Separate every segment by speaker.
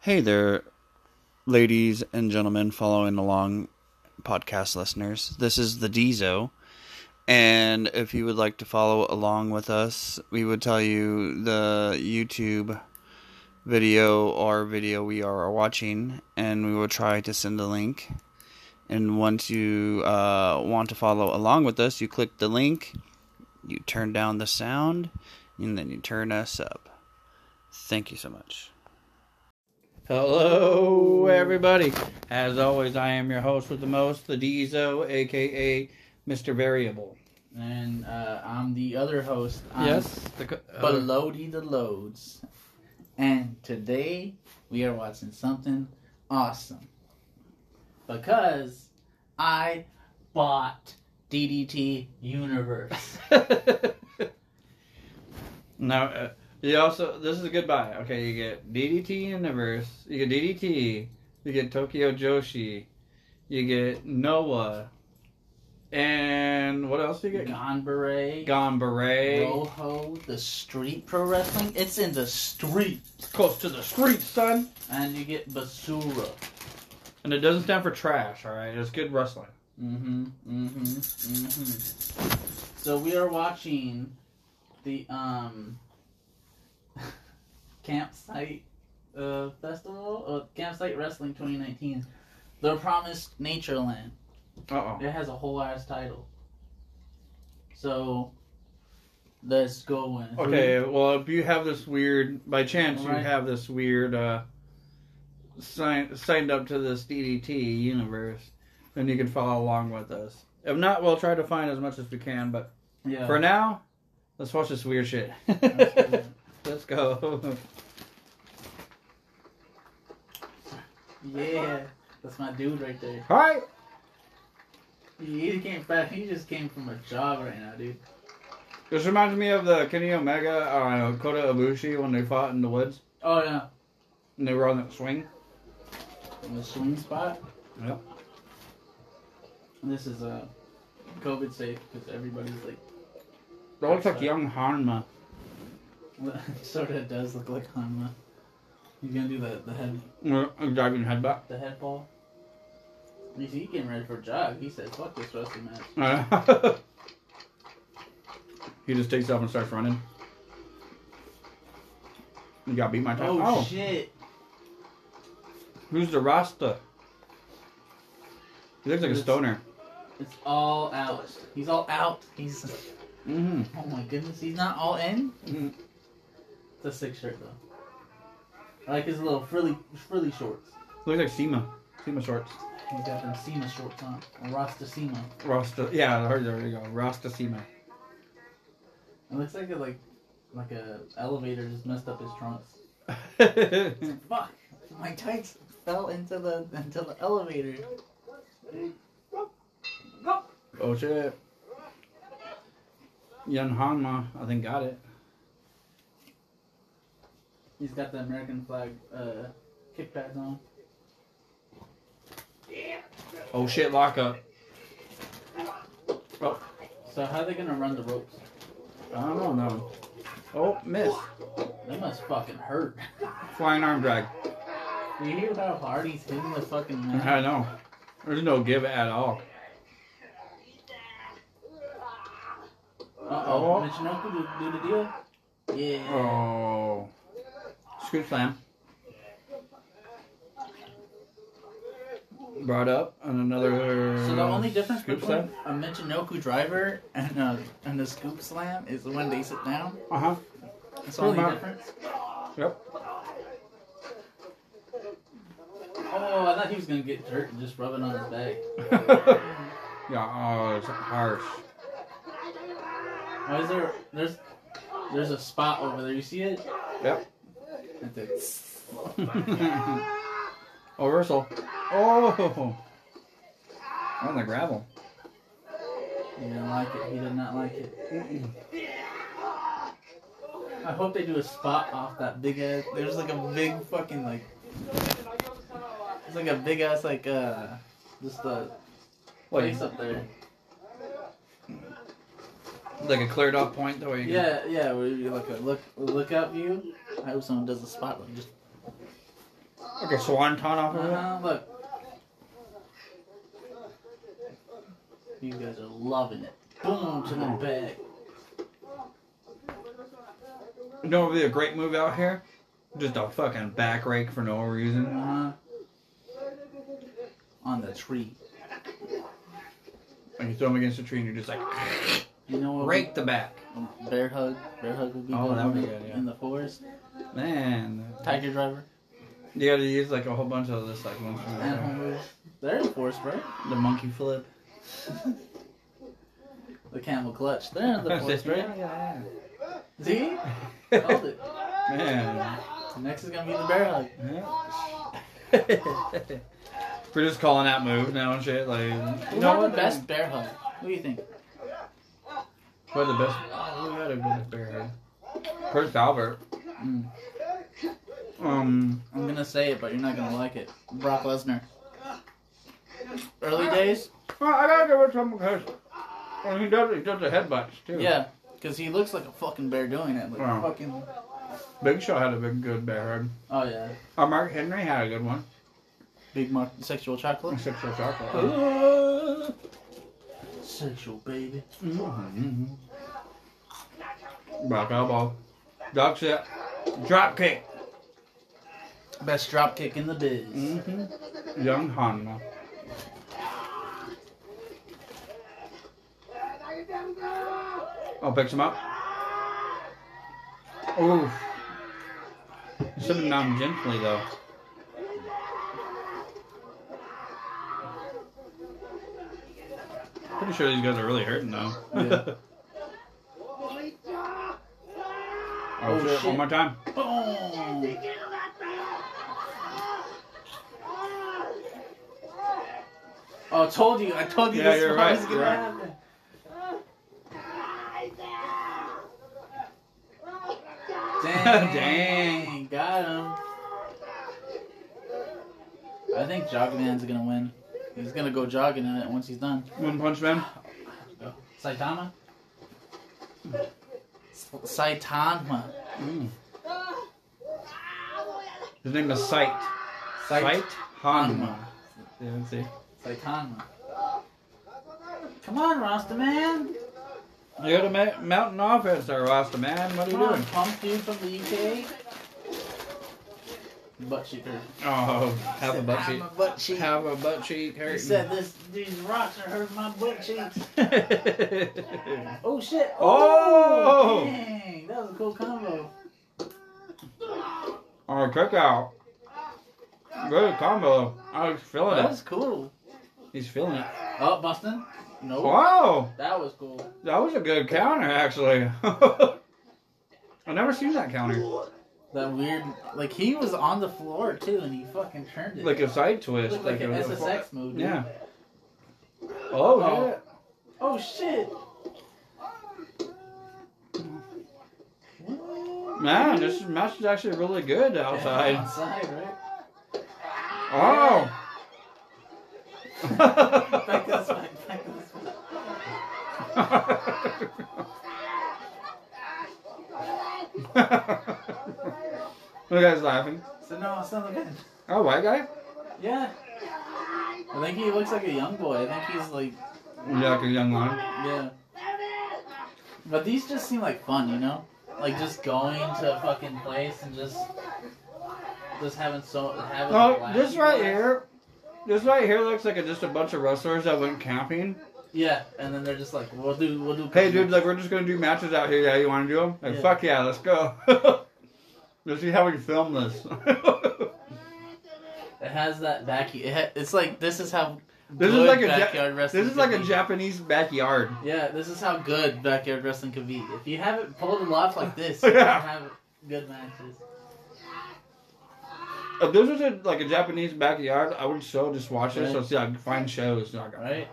Speaker 1: Hey there, ladies and gentlemen, following along, podcast listeners. This is the Dezo. And if you would like to follow along with us, we would tell you the YouTube video or video we are watching, and we will try to send a link. And once you uh, want to follow along with us, you click the link, you turn down the sound, and then you turn us up. Thank you so much. Hello, everybody. As always, I am your host with the most, the Dezo, aka Mr. Variable.
Speaker 2: And uh, I'm the other host. I'm
Speaker 3: Yes. The co-
Speaker 1: uh,
Speaker 3: other-
Speaker 2: Balodi the Loads. And today we are watching something awesome. Because I bought DDT Universe.
Speaker 1: Now, uh, you also, this is a good buy. Okay, you get DDT Universe, you get DDT, you get Tokyo Joshi, you get Noah, and what else do you get?
Speaker 2: Ganbare.
Speaker 1: Gombare.
Speaker 2: Roho, the street pro wrestling. It's in the street.
Speaker 1: Close to the street, son.
Speaker 2: And you get Basura.
Speaker 1: And it doesn't stand for trash, alright? It's good wrestling.
Speaker 2: Mm-hmm. Mm-hmm. Mm-hmm. So we are watching the um campsite uh festival uh, campsite wrestling 2019 the promised nature land
Speaker 1: Uh oh.
Speaker 2: it has a whole ass title so let's go in
Speaker 1: Okay, well, if you have this weird, by chance, you
Speaker 2: Right.
Speaker 1: have this weird, uh, sign, signed up to this DDT universe, then you can follow along with us. If not, we'll try to find as much as we can, but
Speaker 2: yeah
Speaker 1: for now, let's watch this weird shit.
Speaker 2: Let's do it.
Speaker 1: let's go.
Speaker 2: yeah that's my dude right there
Speaker 1: Alright,
Speaker 2: he he came back he just came from a jog right now dude
Speaker 1: this reminds me of the Kenny Omega, uh, Kota Ibushi when they fought in the woods
Speaker 2: oh yeah
Speaker 1: and they were on that swing.
Speaker 2: in the swing spot
Speaker 1: Yep.
Speaker 2: This is uh, COVID safe because everybody's
Speaker 1: That looks like young Hanma.
Speaker 2: like, sort of does look like Hanma. He's gonna do the, the head
Speaker 1: Uh, Diving headbutt.
Speaker 2: the head ball. You see, he getting ready for a jog. He said, "Fuck this wrestling match."
Speaker 1: Uh, he just takes off and starts running. You got beat my time.
Speaker 2: Oh,
Speaker 1: Oh,
Speaker 2: shit!
Speaker 1: who's the Rasta? He looks like a
Speaker 2: It's-
Speaker 1: stoner.
Speaker 2: It's all out. He's all out. He's
Speaker 1: Mm-hmm.
Speaker 2: oh my goodness. He's not all in.
Speaker 1: Mhm.
Speaker 2: It's a sick shirt though. I like his little frilly frilly shorts.
Speaker 1: Looks like SEMA. SEMA shorts.
Speaker 2: He's got them SEMA shorts on. Or Rasta SEMA.
Speaker 1: Rasta. Yeah, there, there you go. Rasta SEMA.
Speaker 2: It looks like a, like like a elevator just messed up his trunks.
Speaker 1: That's
Speaker 2: Fuck! My tights fell into the into the elevator.
Speaker 1: Oh shit. Young Hanma, I think, got it.
Speaker 2: He's got the American flag uh, kick pads on.
Speaker 1: Oh shit, lock up. Oh,
Speaker 2: So how are they gonna run the ropes?
Speaker 1: I don't know. Oh, miss.
Speaker 2: They must fucking hurt.
Speaker 1: Flying arm drag.
Speaker 2: Do you hear how hard he's hitting the fucking
Speaker 1: I
Speaker 2: mat?
Speaker 1: know. There's no give at all.
Speaker 2: Uh oh. Michinoku do, do the deal? Yeah.
Speaker 1: Oh. Scoop slam. Brought up on another.
Speaker 2: So the only difference
Speaker 1: scoop
Speaker 2: between
Speaker 1: slam.
Speaker 2: a Michinoku driver and a and a scoop slam is when they sit down.
Speaker 1: Uh huh.
Speaker 2: That's the only
Speaker 1: Come on.
Speaker 2: difference.
Speaker 1: Yep.
Speaker 2: Oh, I thought he was gonna get dirt and just rub it on his back.
Speaker 1: yeah. Oh, it's harsh.
Speaker 2: Why is there there's there's a spot over there? You see it?
Speaker 1: Yep.
Speaker 2: That's it.
Speaker 1: oh, reversal. Oh. On the gravel.
Speaker 2: He didn't like it. He did not like it. I hope they do a spot off that big ass. There's like a big fucking like. It's like a big ass like uh, just a
Speaker 1: Like,
Speaker 2: place up there.
Speaker 1: like a cleared off point though. you can-
Speaker 2: Yeah, yeah. Where you like a look look out view. I hope someone does a spot like just.
Speaker 1: Like a swanton off of it.
Speaker 2: Uh-huh, look. You guys are loving it. Boom to the back.
Speaker 1: You know what would be a great move out here? Just a fucking back rake for no reason.
Speaker 2: Uh-huh. On the tree.
Speaker 1: And you throw him against a tree and you're just like,
Speaker 2: You know what?
Speaker 1: rake the back.
Speaker 2: would- Bear hug. Bear hug would be
Speaker 1: Oh,
Speaker 2: good,
Speaker 1: that would be
Speaker 2: in-
Speaker 1: good, yeah.
Speaker 2: In the forest.
Speaker 1: Man.
Speaker 2: Tiger driver.
Speaker 1: You gotta use like a whole bunch of this, like, monkey
Speaker 2: Animal moves. They're in the forest, bro.
Speaker 1: the monkey flip.
Speaker 2: The camel clutch. They're in the forest, right?
Speaker 1: Yeah,
Speaker 2: See?
Speaker 1: yeah,
Speaker 2: Hold it.
Speaker 1: yeah. Man.
Speaker 2: Next is gonna be the bear hug.
Speaker 1: Yeah. We're just calling out moves now and shit. Like, you
Speaker 2: Who's
Speaker 1: know
Speaker 2: had
Speaker 1: what?
Speaker 2: the best bear hug? Who do you think?
Speaker 1: We're the best. Oh, we had a good bear. Prince Albert.
Speaker 2: Mm.
Speaker 1: Um,
Speaker 2: I'm gonna say it, but you're not gonna like it. Brock Lesnar. Early days.
Speaker 1: well, I gotta give it to him because when he does, it, he does the headbutts too.
Speaker 2: Yeah, because he looks like a fucking bear doing it. Like
Speaker 1: Wow.
Speaker 2: fucking.
Speaker 1: Big Show had a big good bear hug.
Speaker 2: Oh yeah.
Speaker 1: Uh, Mark Henry had a good one.
Speaker 2: Big Mark sexual chocolate.
Speaker 1: Six for chocolate.
Speaker 2: Ah, sexual baby.
Speaker 1: Mhm. Back elbow. Duck sit. Drop kick.
Speaker 2: Best drop kick in the biz.
Speaker 1: Mm-hmm. Young Hanma. Oh, picks him up. Oof. He should have knocked him gently, though. Pretty sure these guys are really hurting, though.
Speaker 2: Yeah.
Speaker 1: oh, shit.
Speaker 2: shit.
Speaker 1: One more time.
Speaker 2: Boom. Oh, I told you. I told you
Speaker 1: Yeah,
Speaker 2: this
Speaker 1: you're
Speaker 2: was
Speaker 1: right,
Speaker 2: gonna
Speaker 1: you're right.
Speaker 2: happen. Dang.
Speaker 1: Dang.
Speaker 2: Got him. I think Jogman's gonna win. He's gonna go jogging in it once he's done.
Speaker 1: One punch, man.
Speaker 2: Saitama? Hmm. Saitama.
Speaker 1: Mm. His name is Sight. Sight Hanma. Yeah, see.
Speaker 2: Saitama. Come on, Rasta man.
Speaker 1: You're the ma- mountain offense there, Rasta man. What are you
Speaker 2: Come on,
Speaker 1: doing?
Speaker 2: pump dude from the UK. Butt cheek hurt.
Speaker 1: Oh, have a butt
Speaker 2: I'm
Speaker 1: cheek. Mm.
Speaker 2: a butt cheek.
Speaker 1: Have a butt cheek
Speaker 2: He
Speaker 1: hurting.
Speaker 2: said this. These rocks are hurting my butt cheeks. Oh shit!
Speaker 1: Oh!
Speaker 2: dang, that was a cool combo.
Speaker 1: oh, kick out. Good combo. I was feeling
Speaker 2: That
Speaker 1: it.
Speaker 2: was cool.
Speaker 1: He's feeling it.
Speaker 2: Oh, Boston. No.
Speaker 1: Oh. Wow,
Speaker 2: That was cool.
Speaker 1: that was a good counter actually. I never seen that counter.
Speaker 2: That weird, like he was on the floor too, and he fucking turned it.
Speaker 1: Like a side twist.
Speaker 2: Looked like
Speaker 1: it
Speaker 2: an
Speaker 1: was a-
Speaker 2: SSX move. dude.
Speaker 1: Yeah. Oh,
Speaker 2: Oh.
Speaker 1: yeah.
Speaker 2: Oh shit. What?
Speaker 1: Man, this match is actually really good
Speaker 2: Yeah,
Speaker 1: outside.
Speaker 2: outside, right?
Speaker 1: Oh.
Speaker 2: Back this way. Back this way.
Speaker 1: the guy's laughing.
Speaker 2: So no, it's not good.
Speaker 1: Oh, white guy?
Speaker 2: Yeah. I think he looks like a young boy. I think he's like,
Speaker 1: Yeah, like a young lion.
Speaker 2: yeah. But these just seem like fun, you know? Like just going to a fucking place and just just having so having. a
Speaker 1: Oh,
Speaker 2: blast.
Speaker 1: this right here, this right here looks like a, just a bunch of wrestlers that went camping.
Speaker 2: Yeah, and then they're just like, we'll do, we'll do.
Speaker 1: Hey, dude, like we're just gonna do matches out here. Yeah, you want to do them? Like,
Speaker 2: Yeah.
Speaker 1: fuck yeah, let's go. let's see how we film this.
Speaker 2: It has that backy. It ha- it's like this is how.
Speaker 1: This is
Speaker 2: good
Speaker 1: like a Ja-
Speaker 2: backyard wrestling.
Speaker 1: this is
Speaker 2: could
Speaker 1: like a
Speaker 2: be.
Speaker 1: Japanese backyard.
Speaker 2: Yeah, this is how good backyard wrestling could be. If you have it pulled and off like this, you
Speaker 1: Yeah.
Speaker 2: can have good matches.
Speaker 1: If Uh, this was a, like a Japanese backyard, I would so just watch this.
Speaker 2: Right.
Speaker 1: So see, I can find shows. Like,
Speaker 2: Right?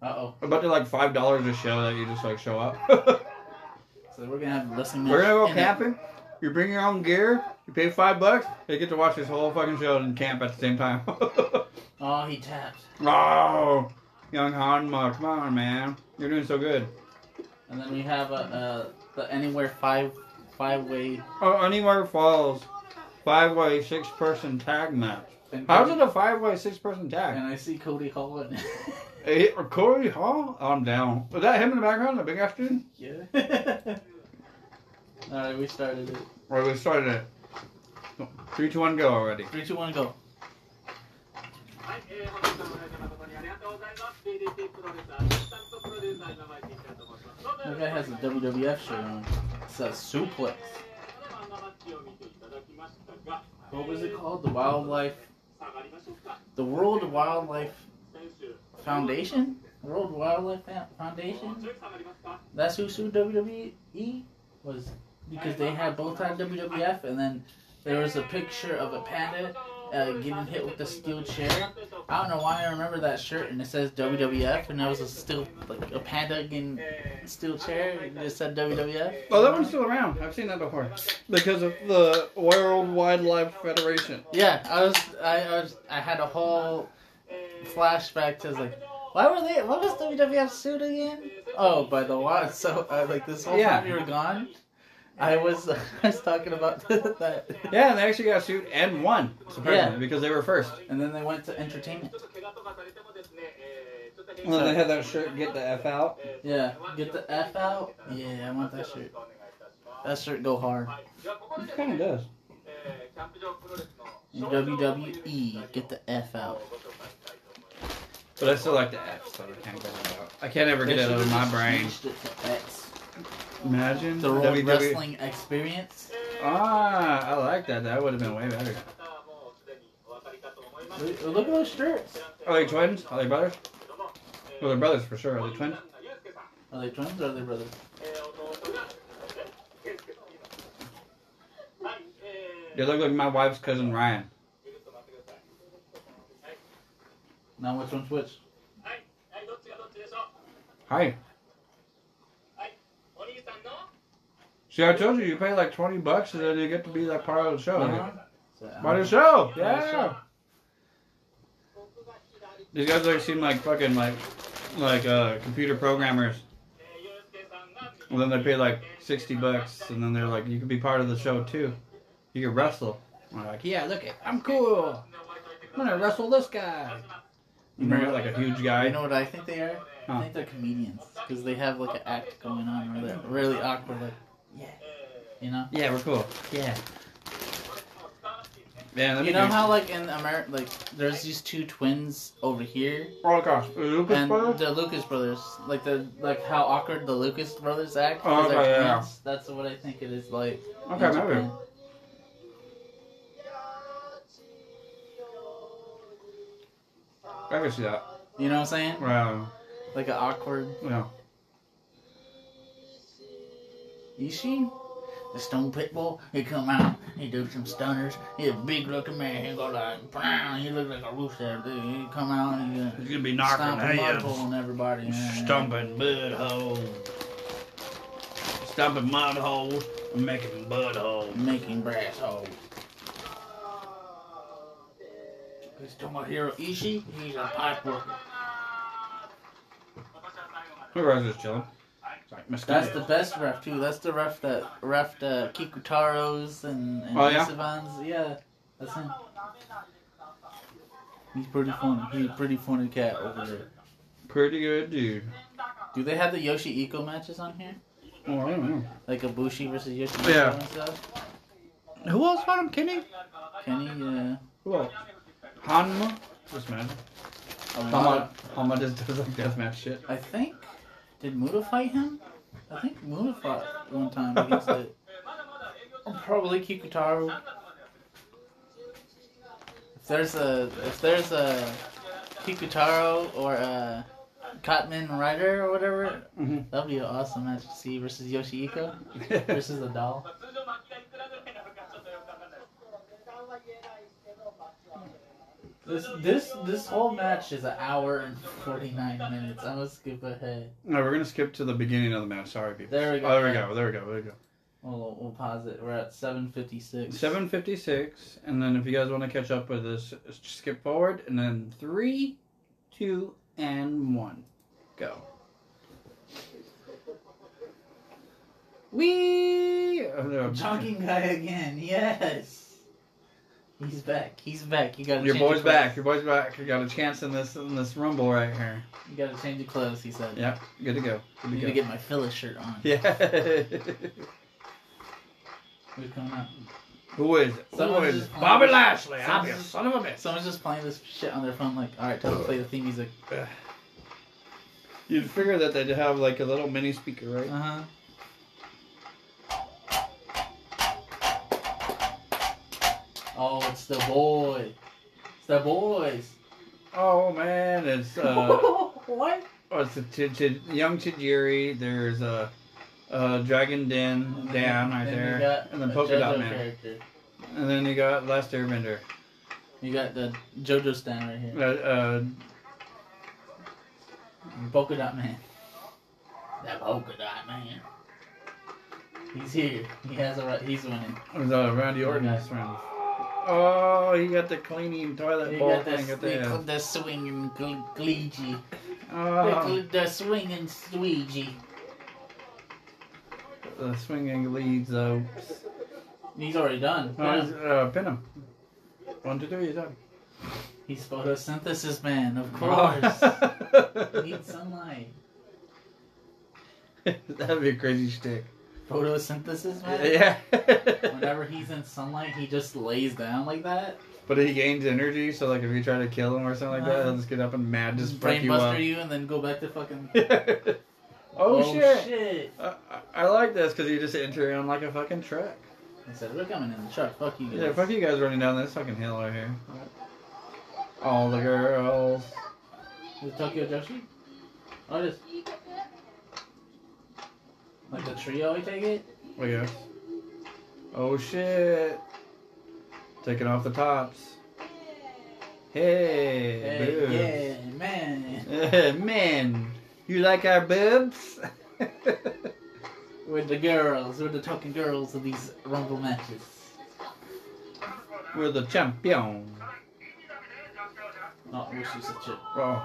Speaker 2: Uh oh.
Speaker 1: About to like five dollars a show that you just like show up.
Speaker 2: So we're gonna have a wrestling match.
Speaker 1: We're gonna go
Speaker 2: in it.
Speaker 1: camping. You bring your own gear. You pay five bucks. You get to watch this whole fucking show and camp at the same time.
Speaker 2: Oh, he tapped.
Speaker 1: oh, young Hanma, come on, man, you're doing so good.
Speaker 2: And then we uh, have a, uh the anywhere five five way.
Speaker 1: Oh, anywhere falls. five way, six person tag match.
Speaker 2: And
Speaker 1: How's
Speaker 2: Cody-
Speaker 1: it a five way, six person
Speaker 2: And
Speaker 1: tag?
Speaker 2: I see Cody Hall and
Speaker 1: Eh, or Corey Hall? I'm down. Was that him in the background, the big ass dude?
Speaker 2: yeah. All right, we started it.
Speaker 1: Or we started it? Three, two, one, go already.
Speaker 2: Three, two, one, go.
Speaker 4: はい、えー、本日もご来場誠にありがとうございます。DDT プロレスアシスタントプロデューサー今前慎太と申します。どうぞ
Speaker 2: That guy has a WWF shirt on. It says suplex.
Speaker 4: この漫画マッチを見ていただきましたが、
Speaker 2: What was it called? The Wildlife,
Speaker 4: 下がりましょうか。
Speaker 2: the World Wildlife
Speaker 4: 選手、
Speaker 2: Foundation, World Wildlife Fa- Foundation.
Speaker 4: 強く下がりますか。
Speaker 2: That's who sued WWE was because they had both had WWF, and then there was a picture of a panda uh, getting hit with a steel chair. I don't know why I remember that shirt, and it says WWF, and that was a steel like a panda getting steel chair, and it just said WWF.
Speaker 1: Oh, that one's still around. I've seen that before. Because of the World Wildlife Federation.
Speaker 2: Yeah, I was, I, I was, I had a whole flashback to like, why were they? What was WWF sued again? Oh, by the watch. So uh, like this whole
Speaker 1: Yeah.
Speaker 2: time you were gone, I was, I was talking about that,
Speaker 1: Yeah, and they actually got sued and won, surprisingly,
Speaker 2: Yeah.
Speaker 1: because they were first.
Speaker 2: and then they went to entertainment.
Speaker 4: ちょっと怪我とかされてもですね、えー、ちょっと変
Speaker 1: And then they had that shirt, get the F out.
Speaker 2: Yeah, get the f out. Yeah, I want that shirt. That shirt go hard.
Speaker 4: じゃあここで
Speaker 1: It kind of does.
Speaker 4: えー、キャンプ場プロレスの
Speaker 2: WWE, E, get the
Speaker 4: ご紹
Speaker 2: f out.
Speaker 4: 介したいと思います。
Speaker 1: But I still like the F, so I can't get it out. I can't ever get
Speaker 2: They
Speaker 1: it out of
Speaker 2: should've
Speaker 1: my
Speaker 2: just
Speaker 1: brain. E
Speaker 2: changed it to X.
Speaker 1: Imagine
Speaker 2: The Royal
Speaker 1: WWE.
Speaker 2: Wrestling Experience.
Speaker 1: Ah, I like that. That would have been way better.
Speaker 4: 方はもうすでにお分かりかと思いますけれ
Speaker 2: Look look at those shirts.
Speaker 1: Are they twins? Are they brothers?
Speaker 4: ども、えー、
Speaker 1: Well, they're brothers for sure. Are they
Speaker 4: お兄
Speaker 1: twins?
Speaker 4: さんがユースケさん、
Speaker 2: Are they twins or are they brothers?
Speaker 4: えー、弟が、えユースケさん今はい、えー、
Speaker 1: They look like my wife's cousin Ryan.
Speaker 4: ちょっと待ってください。
Speaker 2: Now which one's which?
Speaker 4: はい、はい、どっちがどっちでしょう
Speaker 1: Hi.
Speaker 4: はい、お兄さんの
Speaker 1: See, I told you, you pay like 20 bucks and then you get to be like part of the show.
Speaker 2: Uh-huh. So,
Speaker 1: Part of the show!
Speaker 2: Part of the
Speaker 1: Yeah!
Speaker 2: show.
Speaker 1: These guys like seem like fucking like like uh computer programmers. And then they pay like sixty bucks, and then they're like, "You can be part of the show too. You can wrestle." And they're like, "Yeah, look it, I'm cool. I'm gonna wrestle this guy." And they're like a huge
Speaker 2: I
Speaker 1: guy.
Speaker 2: know what I think they are.
Speaker 1: Huh.
Speaker 2: I think they're comedians because they have like an act going on where they're really awkward, like yeah, you know.
Speaker 1: Yeah, we're cool. Yeah. Yeah. Let me
Speaker 2: You know
Speaker 1: do-
Speaker 2: how like in America, like there's these two twins over here,
Speaker 1: Oh gosh, the Lucas
Speaker 2: and
Speaker 1: brothers.
Speaker 2: the Lucas brothers, like the like how awkward the Lucas brothers act.
Speaker 1: Oh,
Speaker 2: 'cause they're
Speaker 1: okay, yeah.
Speaker 2: twins. That's what I think it is like. in
Speaker 1: Okay, maybe.
Speaker 2: Japan.
Speaker 1: I can see that.
Speaker 2: You know what I'm saying?
Speaker 1: Wow.
Speaker 2: Like an awkward
Speaker 1: Yeah.
Speaker 2: Ishii, the Stone Pitbull, he come out, he do some stunners. He a big looking man. He go like, brown. He look like a rooster. Dude. He come out and he uh,
Speaker 1: He's gonna be
Speaker 2: stomp a marble on everybody. man.
Speaker 1: mud holes. Stomping mud holes and making mud holes.
Speaker 2: making Oh, brass holes. He's talking about hero Ishii. He's a pipe worker.
Speaker 1: Whoever's just chilling. Like mosquitoes.
Speaker 2: That's the best ref too. That's the ref that refed uh, Kikutaros and and
Speaker 1: Oh, yeah?
Speaker 2: Isivans. yeah, that's him. He's pretty funny. He's a pretty funny cat over there.
Speaker 1: pretty good dude.
Speaker 2: Do they have the Yoshi Eco matches on here?
Speaker 1: Oh, I don't know.
Speaker 2: Like Ibushi versus Yoshi
Speaker 1: Yeah.
Speaker 2: and stuff?
Speaker 1: Who else fought him? Kenny?
Speaker 2: Kenny, uh,
Speaker 1: Who else? Hanma? This man.
Speaker 2: a lot
Speaker 1: Hanma.
Speaker 2: of-
Speaker 1: Hanma just does like deathmatch shit.
Speaker 2: I think. Did Muda fight him? I think Muda fought one time against it. Probably Kikutaru. If there's a if there's a Kikutaro or a Cotman Rider or whatever,
Speaker 1: Mhm.
Speaker 2: that'd be an awesome match to see versus Yoshihiko versus the doll.
Speaker 4: 通常薪がいくらぐらいなのかちょっとよくわかんない。
Speaker 2: This this this whole match is an hour and forty nine minutes. I'm gonna skip ahead.
Speaker 1: no, we're gonna skip to the beginning of the match. Sorry, people.
Speaker 2: There we go.
Speaker 1: Oh, there we go. There we go. There we go.
Speaker 2: We'll we'll pause it. We're at seven fifty six.
Speaker 1: 756, and then if you guys want to catch up with us, skip forward, and then 3, 2, and 1. Go. Wee! Oh, no. Oh,
Speaker 2: Jogging guy again. Yes. He's back. He's back. You gotta
Speaker 1: Your
Speaker 2: change
Speaker 1: boy's
Speaker 2: clothes.
Speaker 1: back. Your boy's back. You got a chance in this in this rumble right here.
Speaker 2: You gotta change your clothes, he said.
Speaker 1: Yep. Good to go.
Speaker 2: I
Speaker 1: Good
Speaker 2: need
Speaker 1: to
Speaker 2: to
Speaker 1: go.
Speaker 2: get my filler shirt on.
Speaker 1: yeah.
Speaker 2: Who's coming out?
Speaker 1: Who is it? Who
Speaker 2: Someone's
Speaker 1: is
Speaker 2: just-
Speaker 1: it? Bobby Lashley. I'm
Speaker 2: Someone's
Speaker 1: your
Speaker 2: just-
Speaker 1: son of a bitch.
Speaker 2: Someone's just playing this shit on their phone, like, alright, time to play the theme music.
Speaker 1: You'd figure that they'd have like a little mini speaker, right?
Speaker 2: Uh huh. Oh, it's the boy. It's the boys.
Speaker 1: Oh man, it's uh,
Speaker 2: what?
Speaker 1: oh, it's a t- t- young Tajiri. There's a, uh Dragon Den Dan right
Speaker 2: You
Speaker 1: there,
Speaker 2: got
Speaker 1: and then
Speaker 2: a
Speaker 1: Polka Dot
Speaker 2: JoJo
Speaker 1: Man,
Speaker 2: Character.
Speaker 1: and then you got Last Airbender.
Speaker 2: You got the JoJo stand right
Speaker 1: Uh,
Speaker 2: here.
Speaker 1: uh,
Speaker 2: Polka Dot Man. That Polka Dot Man. He's here. He has a right. He's winning.
Speaker 1: it was, uh Randy Orton's friend. Oh, he got the cleaning toilet
Speaker 2: You
Speaker 1: bowl
Speaker 2: got
Speaker 1: thing
Speaker 2: the,
Speaker 1: at the
Speaker 2: the,
Speaker 1: end.
Speaker 2: the swinging gl- gleegee.
Speaker 1: Oh,
Speaker 2: The, the swinging sweegee.
Speaker 1: the swinging leads. Uh,
Speaker 2: He's already done.
Speaker 1: oh, he's, uh, pin him. One, two, three. He's done.
Speaker 2: He's photosynthesis man, of course.
Speaker 1: course.
Speaker 2: Need sunlight.
Speaker 1: That'd be a crazy shtick.
Speaker 2: Photosynthesis man.
Speaker 1: Yeah.
Speaker 2: Whenever he's in sunlight, he just lays down like that.
Speaker 1: but he gains energy, so like if you try to kill him or something like that, he'll just get up and mad, just fuck
Speaker 2: brain
Speaker 1: you
Speaker 2: buster
Speaker 1: up.
Speaker 2: you, and then go back to fucking.
Speaker 1: oh, shit!
Speaker 2: shit.
Speaker 1: I, I- I like this because you just enter in like a fucking truck.
Speaker 2: He said, "We're coming in the truck. Fuck you." Guys.
Speaker 1: Yeah, fuck you guys running down this fucking hill right here. All the girls.
Speaker 2: Is it Tokyo Joshi? Oh, just like the trio. I take it.
Speaker 1: I guess. Oh shit! Taking off the tops. Hey, boobs.
Speaker 2: Hey, yeah, man.
Speaker 1: Uh, man, you like our boobs?
Speaker 2: We're the girls. We're the talking girls of these rumble matches.
Speaker 1: We're the champion.
Speaker 2: Not wish you such a.
Speaker 1: Oh.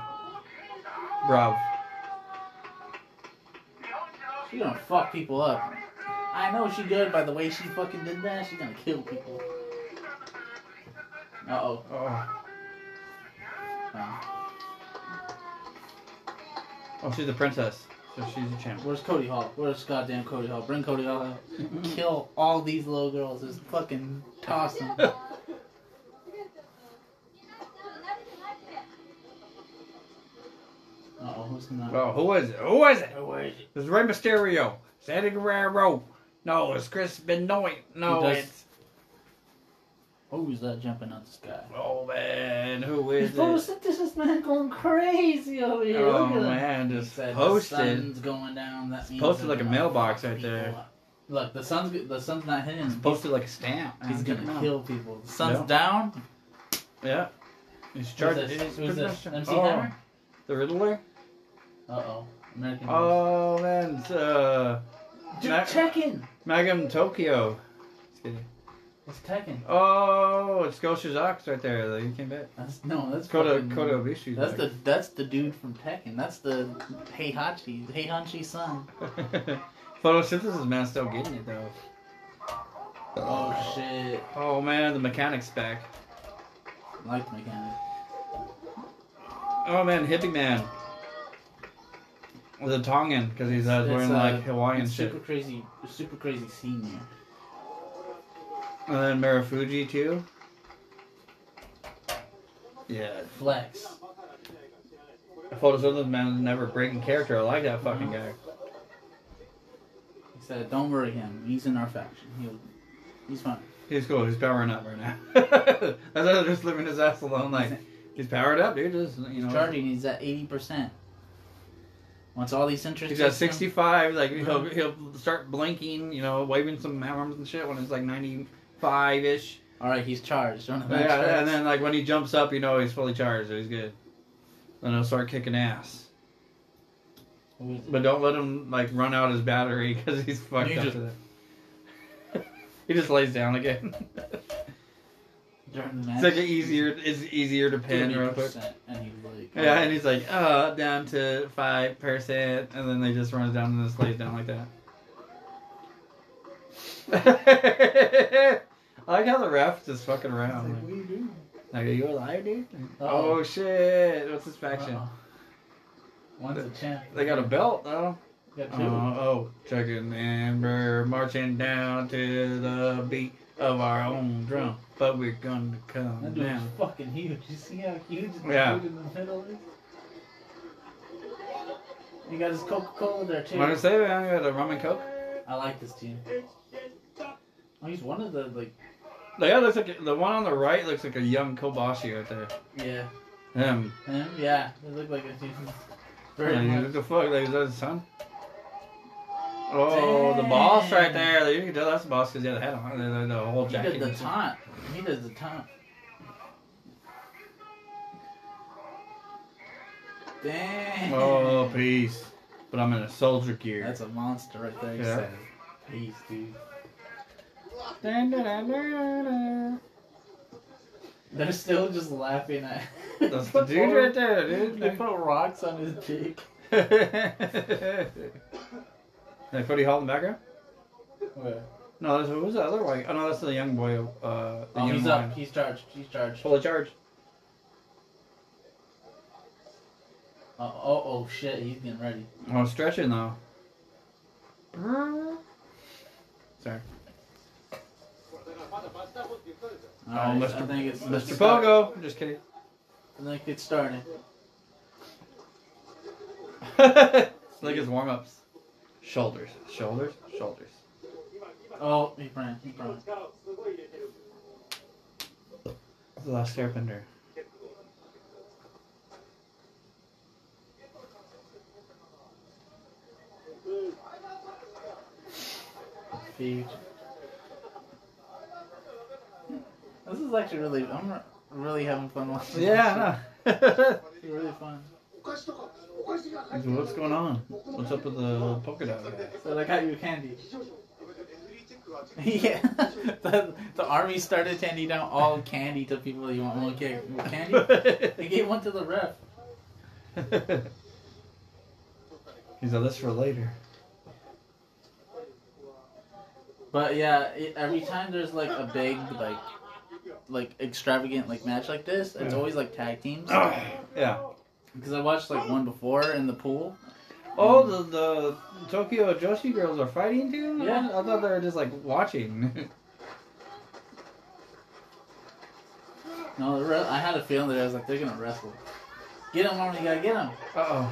Speaker 1: Bravo.
Speaker 2: She gonna fuck people up. I know she good by the way she fucking did that. She gonna kill people. Uh oh.
Speaker 1: Oh.
Speaker 2: Uh,
Speaker 1: Oh, she's a princess. So she's a champ.
Speaker 2: where's Cody Hall? Where's goddamn Cody Hall? Bring Cody Hall out. Kill all these little girls. Just fucking toss them. Uh oh, who's gonna.
Speaker 1: Oh, who is it? Who is it?
Speaker 2: Who is it?
Speaker 1: It's Rey Mysterio. Sandy Guerrero. No, it's Chris Benoit. No,
Speaker 2: Who does-
Speaker 1: it's.
Speaker 2: Who's that jumping out the sky?
Speaker 1: Oh, man. Who
Speaker 2: This
Speaker 1: is it?
Speaker 2: photosynthesis man going crazy over here.
Speaker 1: Oh,
Speaker 2: Look at him.
Speaker 1: man.
Speaker 2: He
Speaker 1: Just
Speaker 2: said the
Speaker 1: posted.
Speaker 2: sun's going down. That means
Speaker 1: posted
Speaker 2: they're
Speaker 1: like a
Speaker 2: gonna
Speaker 1: mailbox
Speaker 2: fuck
Speaker 1: right
Speaker 2: people
Speaker 1: there.
Speaker 2: up. Look, the sun's the sun's not hitting.
Speaker 1: It's posted like a stamp.
Speaker 2: He's
Speaker 1: I don't
Speaker 2: gonna
Speaker 1: know.
Speaker 2: kill people. The sun's
Speaker 1: Yeah.
Speaker 2: down.
Speaker 1: Yeah. He's
Speaker 2: Who's
Speaker 1: charged.
Speaker 2: this?
Speaker 1: he's
Speaker 2: Who's
Speaker 1: pretty
Speaker 2: this?
Speaker 1: much-
Speaker 2: MC
Speaker 1: oh,
Speaker 2: Hammer.
Speaker 1: The Riddler?
Speaker 2: Uh oh. American. Idol.
Speaker 1: Oh, man. It's, uh.
Speaker 2: Dude,
Speaker 1: Ma-
Speaker 2: Tekken.
Speaker 1: Magum Tokyo. Just kidding.
Speaker 2: It's Tekken.
Speaker 1: Oh, it's Scotia's Ox right there. Though. You came back.
Speaker 2: That's no. That's
Speaker 1: Kota,
Speaker 2: fucking-
Speaker 1: Kota Ibushi's
Speaker 2: That's
Speaker 1: back.
Speaker 2: the that's the dude from Tekken. That's the Heihachi Heihachi's son.
Speaker 1: Photosynthesis man's still getting it though.
Speaker 2: Oh shit!
Speaker 1: Oh man, the mechanic's back.
Speaker 2: Like mechanic.
Speaker 1: Oh man, hippie man. With a Tongan, because he's uh,
Speaker 2: It's,
Speaker 1: wearing
Speaker 2: uh,
Speaker 1: like Hawaiian
Speaker 2: it's
Speaker 1: shit.
Speaker 2: Super crazy, super crazy senior.
Speaker 1: And then Marufuji too. Yeah.
Speaker 2: Flex.
Speaker 1: Photosynthesis man's never breaking character. I like that fucking
Speaker 2: Mm-hmm.
Speaker 1: guy.
Speaker 2: He said, "Don't worry him. He's in our faction. He'll, he's fine."
Speaker 1: He's cool. He's powering up right now. That's why I'm just leaving his ass alone. Like he's powered up, dude. Just you know,
Speaker 2: Charging. He's at eighty percent. Once all these interests.
Speaker 1: He's at 65. Like he'll he'll start blinking, you know, waving some arms and shit when it's like 95 ish.
Speaker 2: All right, he's charged. Don't
Speaker 1: Yeah, and then like when he jumps up, you know he's fully charged. So he's good. Then he'll start kicking ass. But don't let him like run out his battery because he's fucked
Speaker 2: He
Speaker 1: up
Speaker 2: just-
Speaker 1: to that. he just lays down again.
Speaker 2: during the match,
Speaker 1: it's like easier. It's easier to pin real quick.
Speaker 2: 30%, And he's like,
Speaker 1: Yeah, and he's like, oh, down to five percent, and then they just run it down and just lays down like that. I like how the ref just fucking around.
Speaker 2: Like,
Speaker 1: Like,
Speaker 2: what are you doing?
Speaker 1: like, are you alive, dude?
Speaker 2: Uh-oh.
Speaker 1: Oh shit! What's his faction?
Speaker 2: Uh-oh. Uh-huh. One's a champ.
Speaker 1: They got a belt though.
Speaker 2: Got
Speaker 1: Uh,
Speaker 2: two.
Speaker 1: oh, chicken and we're marching down to the beat of our own drum, but we're gonna come
Speaker 2: that dude's
Speaker 1: down.
Speaker 2: fucking huge. You see how huge the
Speaker 1: Yeah.
Speaker 2: dude in the middle is? He got his Coca Cola there too.
Speaker 1: What did I say, man? We had a rum and coke.
Speaker 2: I like this team. Oh, he's one of the like
Speaker 1: The guy looks like the one on the right looks like a young Kobashi right there.
Speaker 2: yeah
Speaker 1: Him.
Speaker 2: him yeah they look like a team. Very
Speaker 1: Yeah,
Speaker 2: much.
Speaker 1: what the fuck? Like, is that his son? Oh, the boss right there. Like, you can tell that's the boss because he had a hat on. The, the, the whole
Speaker 2: He
Speaker 1: jacket.
Speaker 2: did the taunt. He does the taunt. Damn.
Speaker 1: Oh, peace. But I'm in a soldier gear.
Speaker 2: That's a monster right there.
Speaker 1: Yeah.
Speaker 2: Yeah. Peace, dude.
Speaker 1: Dun, dun, dun, dun, dun.
Speaker 2: They're still just laughing at.
Speaker 1: That's the dude right there, dude.
Speaker 2: They put rocks on his dick.
Speaker 1: Like Cody Hall in the background? No, that's, who was the other white? Oh no, that's the young boy. Uh, the
Speaker 2: Oh,
Speaker 1: young
Speaker 2: he's
Speaker 1: lion.
Speaker 2: up. He's charged. He's charged. Uh
Speaker 1: Fully charged.
Speaker 2: oh, oh shit! He's getting ready.
Speaker 1: Oh, stretching though. Sorry.
Speaker 2: All right,
Speaker 1: Oh, Mr.
Speaker 2: I think it's
Speaker 1: Mr. Pogo. Just kidding.
Speaker 2: I think it's starting.
Speaker 1: it's like his warm ups. Shoulders, shoulders, shoulders.
Speaker 2: Oh, he's praying. He's praying.
Speaker 1: The last airbender.
Speaker 2: Huge. This is actually really. I'm re- really having fun watching. this
Speaker 1: Yeah, I
Speaker 2: shit. It's really fun.
Speaker 1: know. So What's going on? What's up with the polka dot? guy?
Speaker 2: So I got you candy. yeah, the, the army started handing out all candy to people. You want one ca- candy? They gave one to the ref.
Speaker 1: He's like, that's for later.
Speaker 2: But yeah, it, every time there's like a big like like extravagant like match like this, it's
Speaker 1: Yeah.
Speaker 2: always like tag teams.
Speaker 1: Ah. yeah.
Speaker 2: Because I watched like one before in the pool.
Speaker 1: Oh, the, the Tokyo Joshi girls are fighting too?
Speaker 2: Yeah.
Speaker 1: I thought they were just like watching.
Speaker 2: No, the re- I had a feeling that I was like they're gonna wrestle. Get him, army guy, get him.
Speaker 1: uh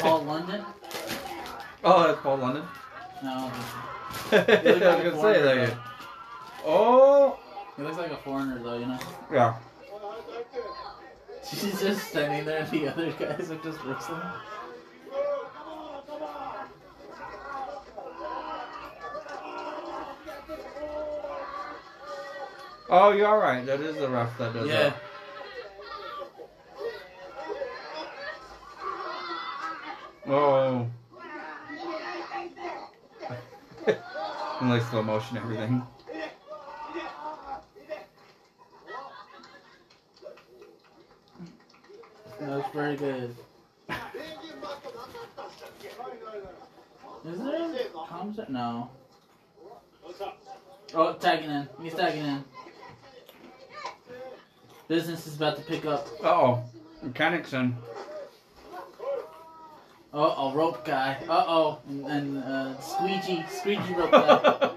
Speaker 2: Paul London.
Speaker 1: oh. Oh, that's Paul London.
Speaker 2: No,
Speaker 1: I was
Speaker 2: he looks like
Speaker 1: gonna
Speaker 2: a
Speaker 1: say,
Speaker 2: foreigner.
Speaker 1: like, oh.
Speaker 2: though. He looks like a foreigner though, you know.
Speaker 1: Yeah.
Speaker 2: She's just standing there, and the other guys are just wrestling.
Speaker 1: Oh, you're all right. That is the ref that does
Speaker 2: Yeah.
Speaker 1: that. Oh. and like slow motion everything.
Speaker 2: That's very good. Is there comms? No. Oh, tagging in. He's tagging in. Business is about to pick up.
Speaker 1: Uh oh. Mechanic son.
Speaker 2: Oh, a rope guy. Uh oh, and, and uh, squeegee, squeegee rope guy.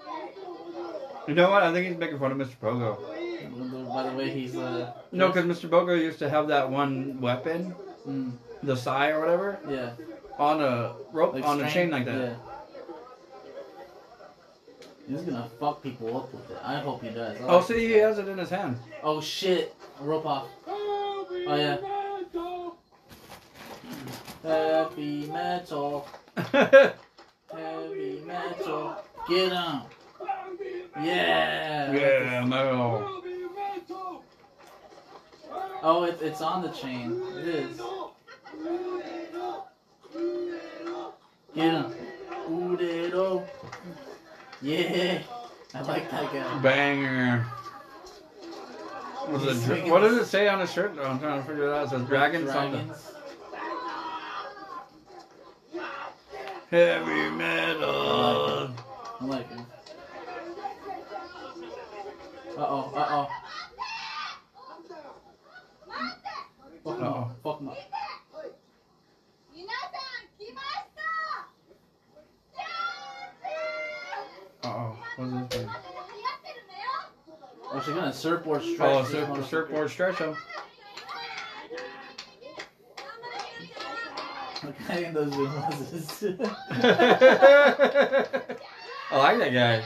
Speaker 1: you know what? I think he's making fun of Mr. Pogo.
Speaker 2: By the way, he's uh.
Speaker 1: No, because Mr. Bogo used to have that one weapon,
Speaker 2: Mm,
Speaker 1: the sai or whatever,
Speaker 2: yeah.
Speaker 1: on a rope,
Speaker 2: Like
Speaker 1: on a
Speaker 2: string-
Speaker 1: chain like that.
Speaker 2: Yeah. He's gonna fuck people up with it. I hope he does. I
Speaker 1: Oh,
Speaker 2: like
Speaker 1: see,
Speaker 2: this
Speaker 1: he
Speaker 2: guy.
Speaker 1: has it in his hand.
Speaker 2: Oh shit! Rope off. Oh yeah. Heavy metal. Heavy metal. Get on. Yeah.
Speaker 1: yeah, no.
Speaker 2: Oh, it, it's on the chain. It is. Get him. Udero. Yeah. I like that guy.
Speaker 1: Banger. Was
Speaker 2: He's
Speaker 1: it, dra-
Speaker 2: swinging
Speaker 1: what
Speaker 2: the-
Speaker 1: does it say on his shirt? though? I'm trying to figure it out. It says dragon something.
Speaker 2: Dragons.
Speaker 1: Heavy metal.
Speaker 2: I like him. Uh oh, uh oh. Fuck him
Speaker 1: Uh-oh.
Speaker 2: up, fuck him up.
Speaker 5: 皆さん来ましたジャー
Speaker 1: Uh
Speaker 5: ン
Speaker 1: oh. What's this? one?
Speaker 5: 今まで流行ってるんだよ
Speaker 2: Oh, she's gonna surfboard stretch.
Speaker 1: Oh,
Speaker 2: this
Speaker 1: surf,
Speaker 2: motherfucker.
Speaker 1: surfboard stretch him.
Speaker 2: I think those videos.
Speaker 1: I like that guy.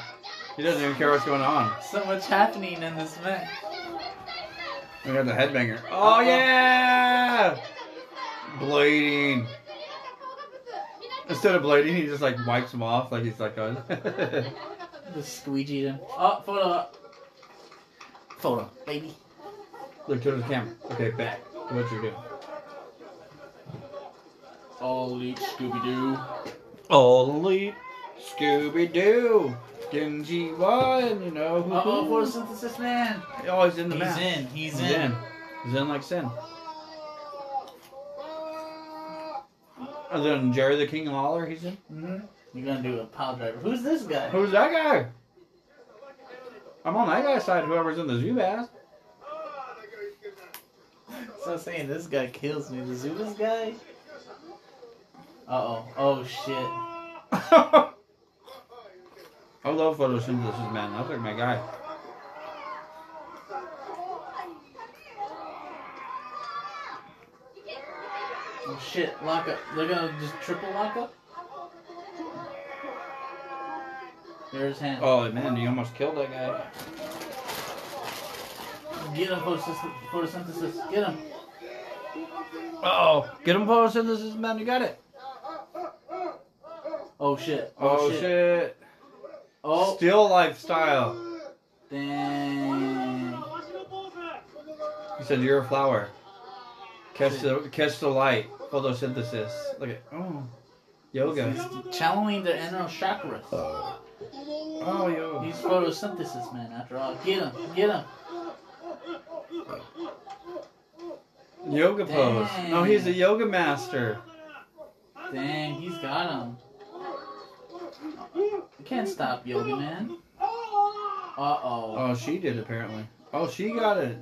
Speaker 1: He doesn't even care what's going on.
Speaker 2: so much happening in this match.
Speaker 1: We got the headbanger. Oh yeah! Blading. Instead of blading, he just like wipes him off like he's like a.
Speaker 2: Just squeegee them. Oh, photo up. Photo, baby.
Speaker 1: Look to the camera. Okay, back to what you're doing.
Speaker 2: All leak Scooby Doo.
Speaker 1: Only Scooby Doo. Genji one, you know.
Speaker 2: Uh oh, photosynthesis man.
Speaker 1: Oh, he's in the
Speaker 2: He's
Speaker 1: map.
Speaker 2: in. He's,
Speaker 1: He's
Speaker 2: in.
Speaker 1: in. He's in like sin. And then Jerry the King Lawler, he's in.
Speaker 2: hmm You're gonna do a pile driver. Who's this guy?
Speaker 1: Who's that guy? I'm on that guy's side, whoever's in the zoo bass.
Speaker 2: So I'm saying this guy kills me. The Zubas guy. Uh oh. Oh shit.
Speaker 1: I love photosynthesis, man. That's like my guy.
Speaker 2: Oh shit. Lock up. They're gonna just triple lock up. There's hand.
Speaker 1: Oh, man, you almost killed that guy.
Speaker 2: Get him photosynthesis. photosynthesis. Get him.
Speaker 1: Oh, get him photosynthesis, man. You got it.
Speaker 2: Oh shit.
Speaker 1: Oh, shit.
Speaker 2: Oh
Speaker 1: Still lifestyle.
Speaker 2: dang.
Speaker 1: He said, "You're a flower. Catch the catch the light. Photosynthesis. Look at oh, yoga.
Speaker 2: Channeling their inner chakras.
Speaker 1: Oh, yoga.
Speaker 2: He's photosynthesis man after all. Get him. Get him.
Speaker 1: Yoga pose. No, he's a yoga master.
Speaker 2: Dang, he's got him. You can't stop Yogi Man. Uh oh.
Speaker 1: Oh, she did apparently. Oh, she got it.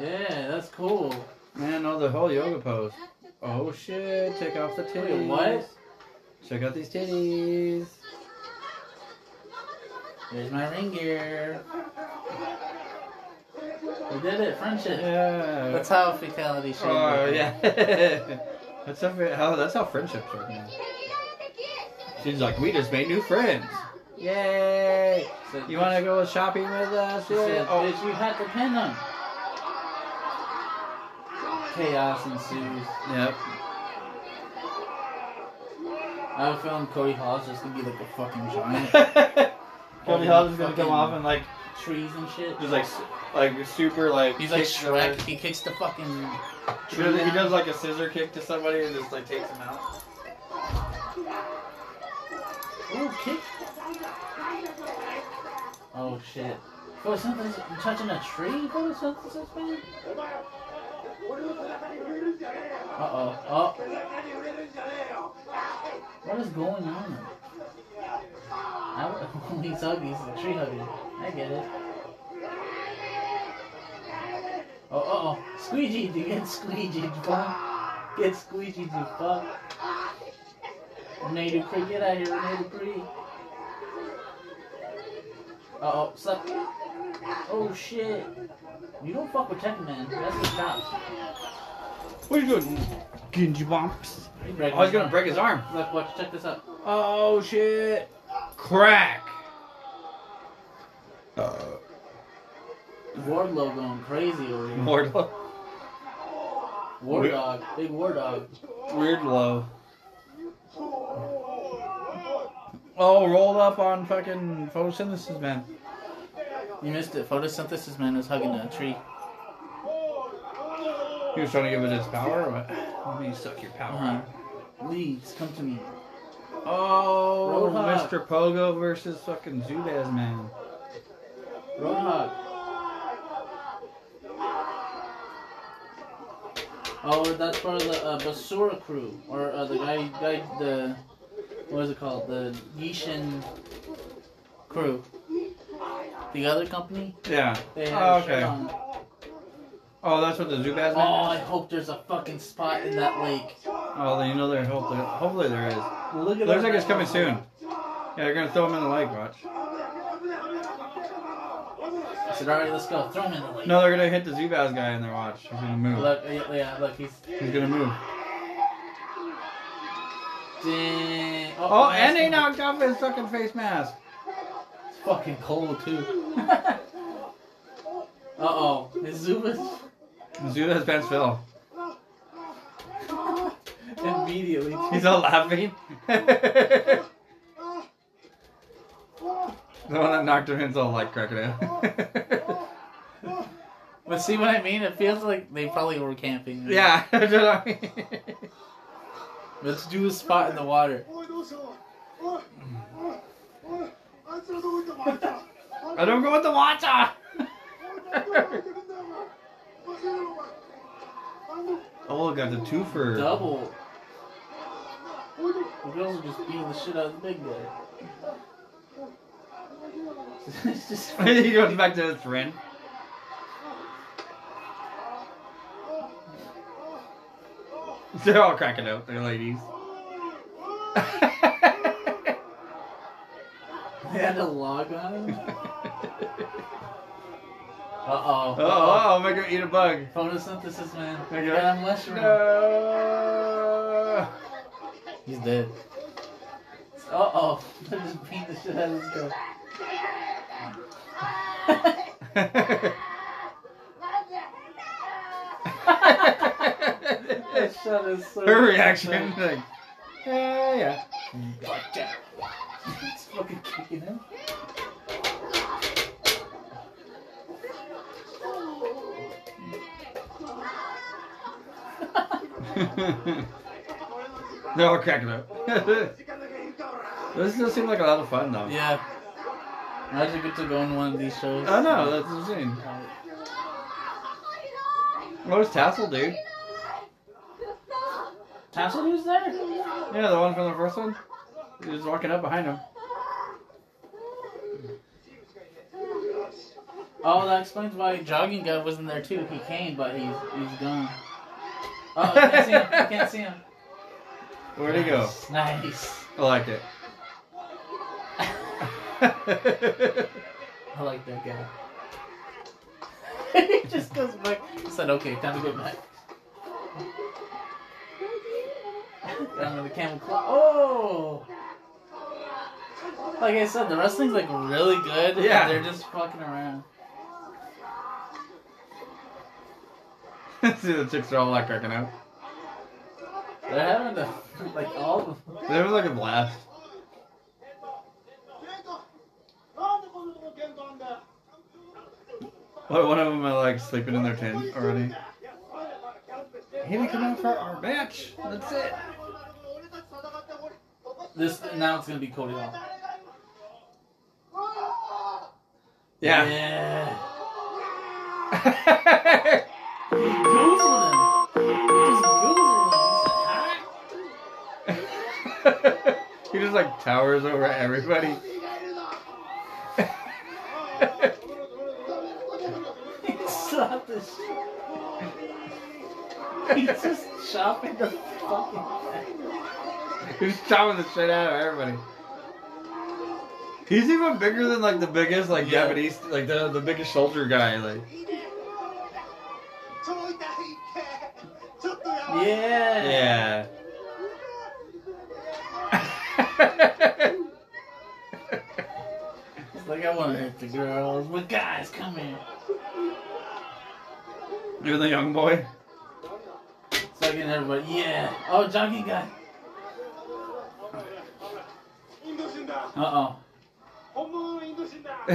Speaker 2: Yeah, that's cool.
Speaker 1: Man, no, the whole yoga pose. Oh shit! Check off the titties.
Speaker 2: Wait, what?
Speaker 1: Check out these titties.
Speaker 2: There's my ring gear. We did it, friendship.
Speaker 1: Yeah.
Speaker 2: That's how fatality should
Speaker 1: Oh
Speaker 2: work.
Speaker 1: yeah. that's how, how that's how friendships are. Man. She's like, we just made new friends. Yay!
Speaker 2: So,
Speaker 1: You want to go shopping with us?
Speaker 2: She said,
Speaker 1: Yeah. Oh,
Speaker 2: bitch, you had to pin him. Chaos ensues.
Speaker 1: yep.
Speaker 2: I have a feeling Cody Hall's just gonna be like a fucking giant.
Speaker 1: Cody Hall is gonna come off and like,
Speaker 2: Trees and shit.
Speaker 1: just like, s- like super like.
Speaker 2: He's like
Speaker 1: kicks the-
Speaker 2: Shrek. He kicks the fucking
Speaker 1: He does, he does like a scissor kick to somebody and just like takes him out.
Speaker 2: Ooh, kick. Oh shit. Photosynthesis? You touching a tree? Photosynthesis, man? Uh oh. Oh. What is going on? I would, he's hugging. He's a tree hugging. I get it. Oh, uh oh. Squeegee, dude. Get squeegee, fuck. Get squeegee, dude. Fuck. Renee Dupree, get out of here, Renee Dupree. Uh oh, suck. Oh shit. You don't fuck with Tech Man. That's the cops.
Speaker 1: What are you doing, Genji Bumps?
Speaker 2: They break
Speaker 1: Oh, he's
Speaker 2: his
Speaker 1: gonna
Speaker 2: arm.
Speaker 1: break his arm.
Speaker 2: Look, watch, check this out.
Speaker 1: Oh shit! Crack.
Speaker 2: Wardlow going crazy over here.
Speaker 1: More low.
Speaker 2: War
Speaker 1: We-
Speaker 2: dog. Big war dog.
Speaker 1: Weird low. Oh, rolled up on fucking photosynthesis, man.
Speaker 2: You missed it. Photosynthesis man was hugging a tree.
Speaker 1: He was trying to give it his power. Or what? Let me suck your power.
Speaker 2: Uh-huh. Leads, come to me.
Speaker 1: Oh,
Speaker 2: Roadhog.
Speaker 1: Mr. Pogo versus fucking Zubaz man.
Speaker 2: Roadhog. Oh, that's part of the uh, Basura crew, or uh, the guy, guy, the what is it called? The Yishin crew. The other company.
Speaker 1: Yeah.
Speaker 2: They had
Speaker 1: Oh,
Speaker 2: a shirt
Speaker 1: okay.
Speaker 2: on.
Speaker 1: Oh, that's what the Zubaz
Speaker 2: Oh, I
Speaker 1: man is?
Speaker 2: hope there's a fucking spot in that lake.
Speaker 1: Oh, then you know there. Hopefully, hopefully there is.
Speaker 2: Look
Speaker 1: Looks
Speaker 2: at that.
Speaker 1: like it's coming soon. Yeah, they're gonna throw him in the lake. Watch.
Speaker 2: I said, all right, let's go. Throw him in the lake.
Speaker 1: No, they're gonna hit the Zubaz guy in there. Watch. He's gonna move.
Speaker 2: Look, yeah, yeah, look, he's.
Speaker 1: He's gonna move.
Speaker 2: Dang.
Speaker 1: Oh,
Speaker 2: my
Speaker 1: and
Speaker 2: ass-
Speaker 1: they knocked off his fucking face mask.
Speaker 2: It's fucking cold too. uh oh, his Zubas
Speaker 1: Zubaz pants fell.
Speaker 2: immediately. too.
Speaker 1: He's all laughing. the one that knocked him in's all like crocodile.
Speaker 2: But see what I mean? It feels like they probably were camping.
Speaker 1: yeah, that's what I mean.
Speaker 2: Let's do a spot in the water.
Speaker 6: おいどうしたおいおいおいあいつらどこ行ったのあいつら
Speaker 1: I don't go with the water.
Speaker 6: お
Speaker 1: Oh, got the twofer.
Speaker 2: Double.
Speaker 6: いどう
Speaker 2: The girls are just beating the shit out of the big guy. it's just
Speaker 1: he goes back to his friend. They're all cracking up. They're ladies.
Speaker 2: they had a log on him. Uh
Speaker 1: oh,
Speaker 2: oh.
Speaker 1: oh, make her eat a bug.
Speaker 2: Photosynthesis, man.
Speaker 1: Okay.
Speaker 2: Yeah, mushroom.
Speaker 1: No.
Speaker 2: He's dead. Uh oh. They're just beating the shit out of this guy. that shot is so.
Speaker 1: Her reaction, like, yeah, yeah.
Speaker 2: Gotcha. He's fucking kicking him.
Speaker 1: They're all cracking up. this does seem like a lot of fun, though.
Speaker 2: Yeah. How'd you get to go on one of these shows?
Speaker 1: I know, that's insane. Where's Tassel, dude?
Speaker 2: Tassel, who's there?
Speaker 1: Yeah, the one from the first one? He was walking up behind him.
Speaker 2: Oh, that explains why Jogging Guy wasn't there too. He came, but he's he's gone. Oh, I can't see him. I can't see him.
Speaker 1: Where'd he go?
Speaker 2: Nice.
Speaker 1: I liked it.
Speaker 2: I like that guy. he just goes back. He said, okay, time to go back. Got him in the camel claw. Oh! Like I said, the wrestling's like really good. and
Speaker 1: Yeah.
Speaker 2: They're just fucking around.
Speaker 1: See, the chicks are all like cracking up.
Speaker 2: They're having the, like all of them.
Speaker 1: They were like a blast.
Speaker 6: なんでこんなとこ喧嘩なんだよ
Speaker 1: What, one of them are like sleeping in their tent already. He didn't come out for our match. That's it.
Speaker 6: 俺たち戦って俺
Speaker 2: This now it's gonna be Cody Hall.
Speaker 1: Yeah.
Speaker 2: Yeah.
Speaker 1: Yeah.
Speaker 2: Googling. Just Googling.
Speaker 1: he just like towers over everybody.
Speaker 2: He shot the shit. He's just chopping the fucking
Speaker 1: He's chopping the shit out of everybody. He's even bigger than like the biggest like
Speaker 2: Yeah.
Speaker 1: Japanese like the the biggest soldier guy like.
Speaker 6: ちょい痛いってちょっとやばい
Speaker 2: Yeah.
Speaker 1: Yeah.
Speaker 2: It's like I wanna hit the girls. But guys, come here.
Speaker 1: You're the young boy.
Speaker 2: So I get everybody. Yeah. Oh, jockey guy.
Speaker 6: インド人だ
Speaker 2: Uh oh.
Speaker 6: 本物のインド人だ
Speaker 1: The-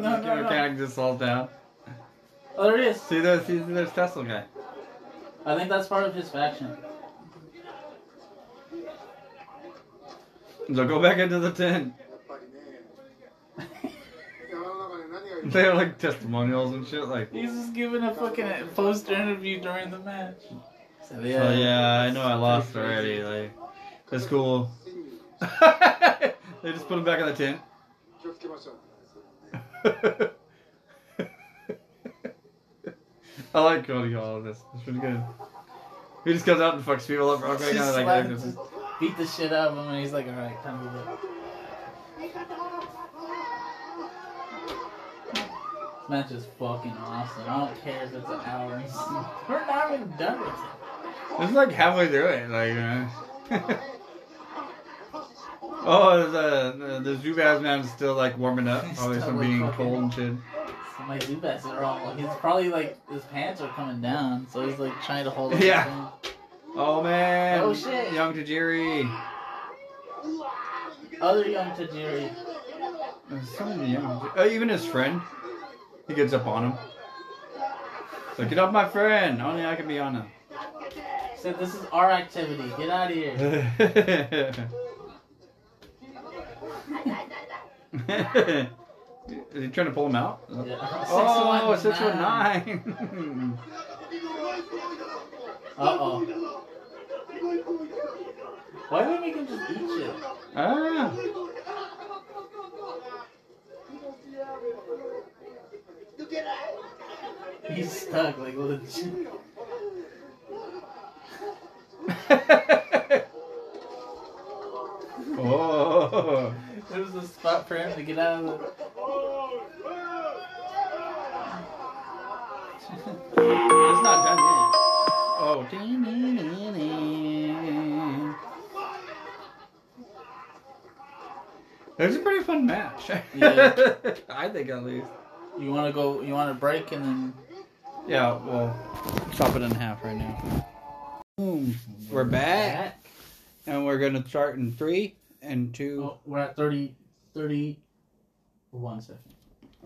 Speaker 1: the
Speaker 2: no, no, no.
Speaker 1: Mechanic just falls down.
Speaker 2: Oh, there it is.
Speaker 1: See there's see there's Tesla guy.
Speaker 2: I think that's part of his faction.
Speaker 1: So go back into the tent.
Speaker 6: やっぱりね山の中で何がいる
Speaker 1: They're like testimonials and shit. Like,
Speaker 2: He's just giving a fucking poster interview during the match. So, yeah,
Speaker 1: oh, yeah, I know I lost already. Like, it's cool. they just put him back on the tent.
Speaker 6: 気をつけましょう
Speaker 1: I like Cody Hall in this. It's pretty good. He just comes out and fucks people up real quick.
Speaker 2: Just
Speaker 1: and I like,
Speaker 2: slap-
Speaker 1: like this.
Speaker 2: just beat the shit out of him, and he's like, alright, time to go. This match is fucking awesome. I don't care if it's an hour. and- We're not even done with it.
Speaker 1: It's like halfway through it, like. You know. oh, the, the the Zubaz man's still like warming up,
Speaker 2: He's
Speaker 1: probably
Speaker 2: still,
Speaker 1: from
Speaker 2: like,
Speaker 1: being
Speaker 2: fucking-
Speaker 1: cold and shit.
Speaker 2: So my Zubats are all. He's probably like, his pants are coming down, so he's like trying to hold up.
Speaker 1: Yeah.
Speaker 2: his pants.
Speaker 1: Oh man!
Speaker 2: Oh, shit.
Speaker 1: Young Tajiri.
Speaker 2: Other young Tajiri.
Speaker 1: There's So many young. Taj- Oh, even his friend. He gets up on him. It's like, get off my friend! Only I can be on him.
Speaker 2: said, this is our activity. Get out of here.
Speaker 1: Is he trying to pull him out?
Speaker 2: Yeah.
Speaker 1: Oh,
Speaker 2: 619.
Speaker 1: 619.
Speaker 2: Uh oh. Why do they make him just eat shit?
Speaker 1: ah.
Speaker 2: He's stuck, like legit.
Speaker 1: oh.
Speaker 2: There was a spot for him to get out of the.
Speaker 1: It's not done yet. Oh. ding-ding-ding-ding. It was a pretty fun match.
Speaker 2: Yeah.
Speaker 1: I think at least.
Speaker 2: You want to go? You want to break and then?
Speaker 1: Yeah, well, chop it in half right now. Boom. We're back. And we're going to start in three and two,
Speaker 2: Oh, we're at 30, 30, one second.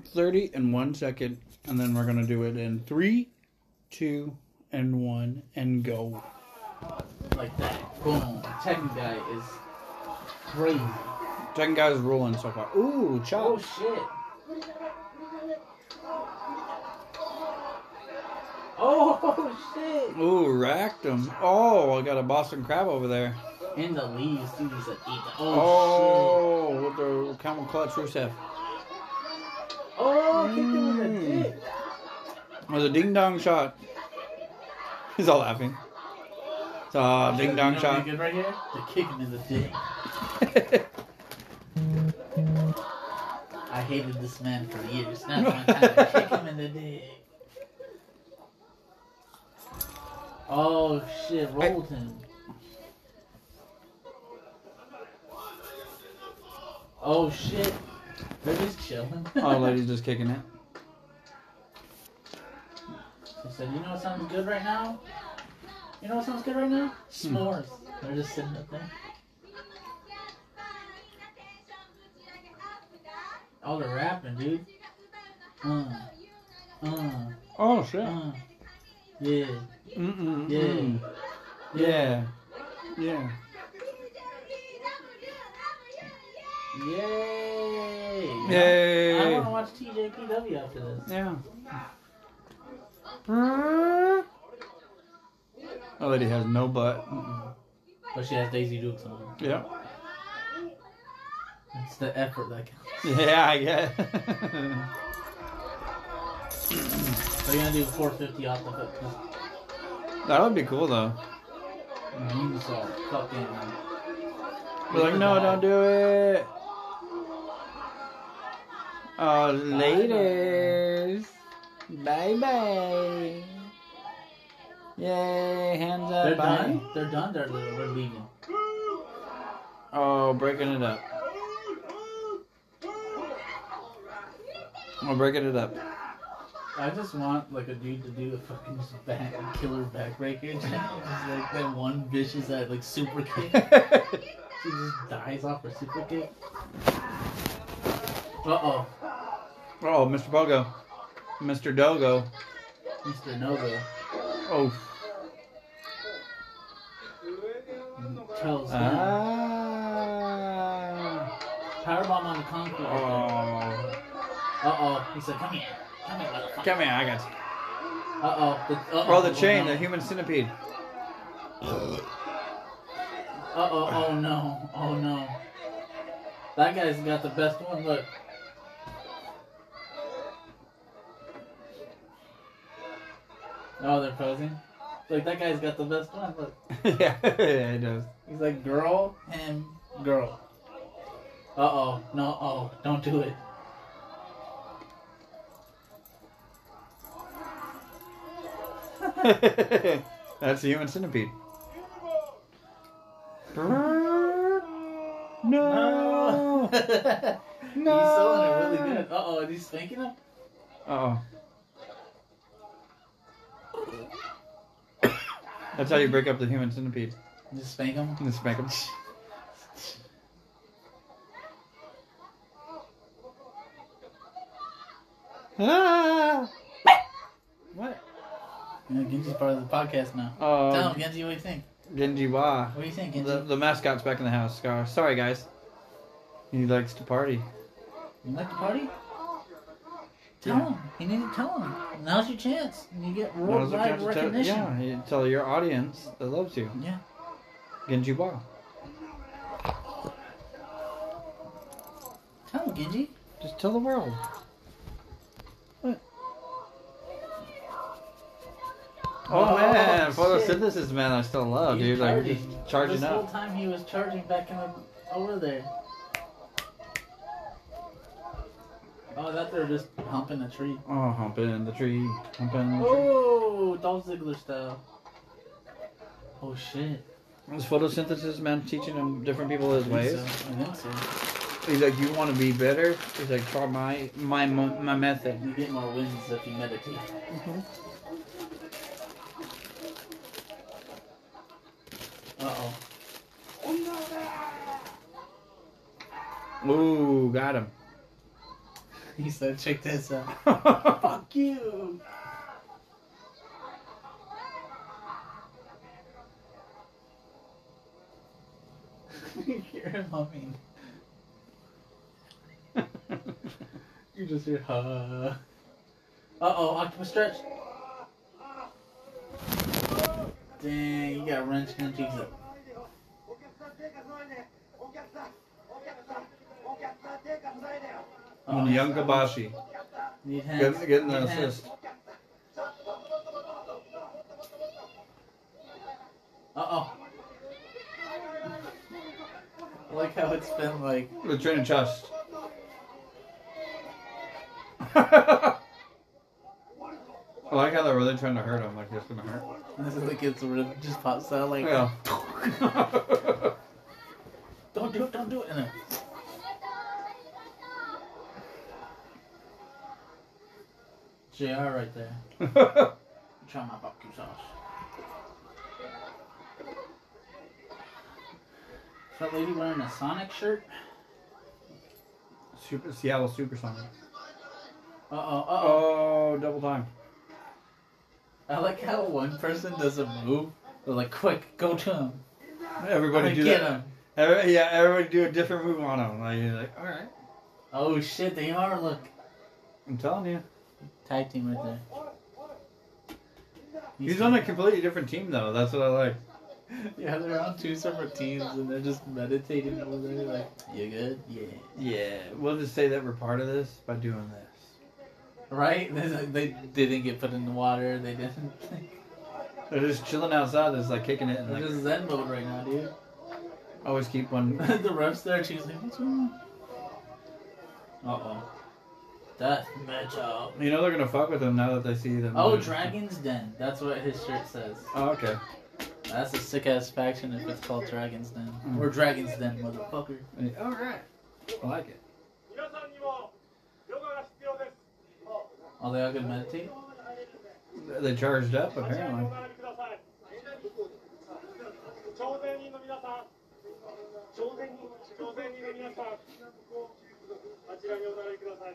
Speaker 1: 30 and one second. And then we're going to do it in three, two, and one, and go.
Speaker 2: Like that. Boom. Tekken guy is crazy.
Speaker 1: Second guy's rolling so far. Ooh,
Speaker 2: Oh
Speaker 1: chop.
Speaker 2: shit. Oh shit.
Speaker 1: Ooh, racked him. Oh, I got a Boston crab over there.
Speaker 2: In the leaves, dude. He's like, eat the. Oh, shit.
Speaker 1: Oh, with the camel clutch Rusev.
Speaker 2: Oh, kicked him with a dick.
Speaker 1: It was a ding dong shot. He's all laughing. It's a ding
Speaker 2: You know
Speaker 1: dong
Speaker 2: what'd
Speaker 1: shot.
Speaker 2: be Good right here. The kicking in the dick. I hated this man for years. Now it's my time to kick him in the dick. Oh shit, rolled him. Oh shit. They're just chilling.
Speaker 1: oh, lady's just kicking it.
Speaker 2: I said, you know what sounds good right now? You know what sounds good right now?
Speaker 1: Hmm.
Speaker 2: S'mores. They're just sitting up there. All they're rapping, dude. Mm. Mm.
Speaker 1: Oh shit.
Speaker 2: Mm. Yeah.
Speaker 1: Mm-mm.
Speaker 2: Yeah.
Speaker 1: mm. Yeah. Yeah.
Speaker 2: Yay! I
Speaker 1: Yay.
Speaker 2: want to watch TJPW after this.
Speaker 1: Yeah. Oh, lady has no butt.
Speaker 2: But Oh, she has Daisy Dukes on.
Speaker 1: Yeah.
Speaker 2: It's the effort that counts.
Speaker 1: Yeah, I guess.
Speaker 2: They're gonna do 450 off the hook. Just
Speaker 1: that would be cool though.
Speaker 2: mm-hmm. moonsault. Fucking.
Speaker 1: We're like, no, don't do it. Oh, later. Bye bye. Yay, hands
Speaker 2: They're
Speaker 1: up. Bye.
Speaker 2: done. They're done. They're, they're leaving.
Speaker 1: Oh, breaking it up. I'm breaking it up.
Speaker 2: I just want like a dude to do a fucking just back killer backbreaker. Just like that one bitch is that like super kick. she just dies off her super kick. Uh oh,
Speaker 1: oh, Mr. Pogo. Mr. Dogo.
Speaker 2: Mr. Nova
Speaker 1: Oh.
Speaker 2: tells him
Speaker 1: Ah.
Speaker 2: powerbomb on the concrete.
Speaker 1: Oh.
Speaker 2: Oh, Uh oh. He said, come here. Come here, motherfucker.
Speaker 1: Come here, I got you.
Speaker 2: Uh oh.
Speaker 1: Oh, the chain, the human centipede.
Speaker 2: Uh oh, oh no, oh no. That guy's got the best one, look. Oh, they're posing. Look, that guy's got the best one, look.
Speaker 1: yeah, it does.
Speaker 2: He's like, girl and girl. Uh oh, no, oh, don't do it.
Speaker 1: That's the human centipede. No.
Speaker 2: He's selling it really good. Uh oh, he's spanking him?
Speaker 1: Oh. That's how you break up the human centipede.
Speaker 2: Just spank him?
Speaker 1: You spank him. Ah! What?
Speaker 2: Yeah, Genji's part of the podcast now. Tell him,
Speaker 1: Oh,
Speaker 2: Genji, what do you think?
Speaker 1: Genji Wa.
Speaker 2: What do you think, Genji?
Speaker 1: The, the mascot's back in the house. Scar. Sorry, guys. He likes to party.
Speaker 2: You like the party? Tell him. You need to tell him. Now's your chance. You get
Speaker 1: Now's the
Speaker 2: worldwide
Speaker 1: chance to tell-
Speaker 2: recognition.
Speaker 1: yeah, you tell your audience that loves you.
Speaker 2: Yeah.
Speaker 1: Genji Wa.
Speaker 2: Tell him, Genji.
Speaker 1: Just tell the world. What? Oh,
Speaker 2: Oh,
Speaker 1: man,
Speaker 2: shit.
Speaker 1: photosynthesis, man, I still love,
Speaker 2: He
Speaker 1: Oh, dude. Like,
Speaker 2: partied.
Speaker 1: just charging
Speaker 2: this
Speaker 1: up.
Speaker 2: whole time he was charging back in the, over there. Oh, that they're just humping a tree.
Speaker 1: Oh, humping in the tree, humping in the tree.
Speaker 2: Oh, Dolph Ziggler style. Oh shit.
Speaker 1: It's photosynthesis, man, teaching him different people his
Speaker 2: I think
Speaker 1: ways.
Speaker 2: so. uh, I think so.
Speaker 1: He's like, you want to be better? He's like, try my my mo- my method.
Speaker 2: You get more wins if you meditate. Mm-hmm. Uh oh.
Speaker 1: Ooh, got him.
Speaker 2: He said, check this out. Fuck you. You're humming. You just hear ha. Uh oh, octopus stretch. Dang, you got wrenched in the cheeks up.
Speaker 6: お客さん手がないでお客さんお客さんお客さん手がないで
Speaker 1: On Young Kabashi.
Speaker 2: Need hands.
Speaker 1: Getting, getting
Speaker 2: need
Speaker 1: an
Speaker 2: hands.
Speaker 1: assist.
Speaker 2: Uh oh. I like how it's been like
Speaker 1: With train and chest. I like how they're really trying to hurt him, like it's gonna hurt.
Speaker 2: this is like it's really just pops out like
Speaker 1: Yeah.
Speaker 2: don't do it, don't do it. And then, JR right there. Try my barbecue sauce. Is that lady wearing a Sonic shirt?
Speaker 1: Super Seattle Supersonic.
Speaker 2: Uh oh, uh oh.
Speaker 1: Oh, double time.
Speaker 2: I like how one person doesn't move. They're like, quick, go to him.
Speaker 1: Everybody
Speaker 2: Like,
Speaker 1: do
Speaker 2: get
Speaker 1: that.
Speaker 2: him.
Speaker 1: Every, yeah, everybody do a different move on him. Like, you're like, all right,
Speaker 2: Oh shit, they are. Look,
Speaker 1: I'm telling you.
Speaker 2: tag team right there.
Speaker 1: He's on a completely different team though. That's what I like.
Speaker 2: Yeah, they're on two separate teams and they're just meditating over there. Like, you good? Yeah.
Speaker 1: Yeah, we'll just say that we're part of this by doing this.
Speaker 2: Right? They, they didn't get put in the water. They didn't.
Speaker 1: They're just chilling outside. They're just like kicking it and
Speaker 2: They're
Speaker 1: like
Speaker 2: just Zen mode right now, dude.
Speaker 1: always keep one.
Speaker 2: the refs there, she's like, what's wrong? Uh oh. Death metal.
Speaker 1: You know they're gonna fuck with him now that they see them.
Speaker 2: Oh, Dragon's Den. That's what his shirt says.
Speaker 1: Oh, okay.
Speaker 2: That's a sick ass faction if it's called Dragon's Den. Or Dragon's Den, motherfucker.
Speaker 1: All right. I like it.
Speaker 4: 皆さんにもヨガが必要です。
Speaker 2: Oh, they all gonna meditate?
Speaker 1: They charged up
Speaker 4: 立ち上がりお
Speaker 1: apparently.
Speaker 4: 並びください。朝鮮人の皆さん、朝鮮人、朝鮮人の皆さん、あちらにお並びください。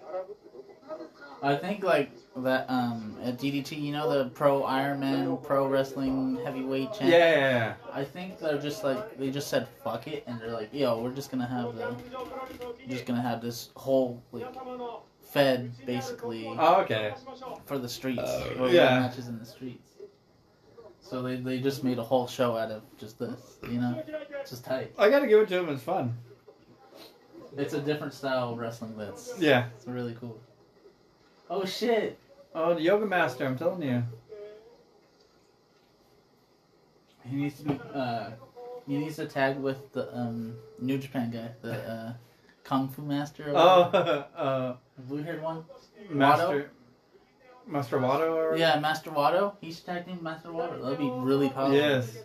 Speaker 2: I think like that um at DDT, you know the pro Ironman, pro wrestling heavyweight
Speaker 1: Yeah, yeah,
Speaker 2: champ.
Speaker 1: yeah.
Speaker 2: I think they're just like they just said fuck it, and they're like, yo, we're just gonna have the
Speaker 4: 陸上プロレスを機に
Speaker 2: just gonna have this whole like
Speaker 4: 皆様の
Speaker 2: fed basically
Speaker 1: Oh, okay.
Speaker 2: for the streets.
Speaker 7: Oh,
Speaker 2: for
Speaker 1: yeah.
Speaker 2: Matches in the streets. So they, they just made a whole show out of just this, you
Speaker 1: Ah,
Speaker 2: know? It's just tight.
Speaker 1: I gotta give it to him. It's fun.
Speaker 2: It's a different style of wrestling that's
Speaker 1: Yeah.
Speaker 2: it's really cool. Oh shit!
Speaker 1: Oh, the yoga master. I'm telling you.
Speaker 2: He needs to be, uh, he needs to tag with the um, New Japan guy, the uh, Kung Fu Master. Or
Speaker 1: Oh, uh,
Speaker 2: blue haired one.
Speaker 1: master. Master Wado. Or
Speaker 2: Yeah, Master Wado. He should tag team Master Wado. That'd be really powerful.
Speaker 1: Yes.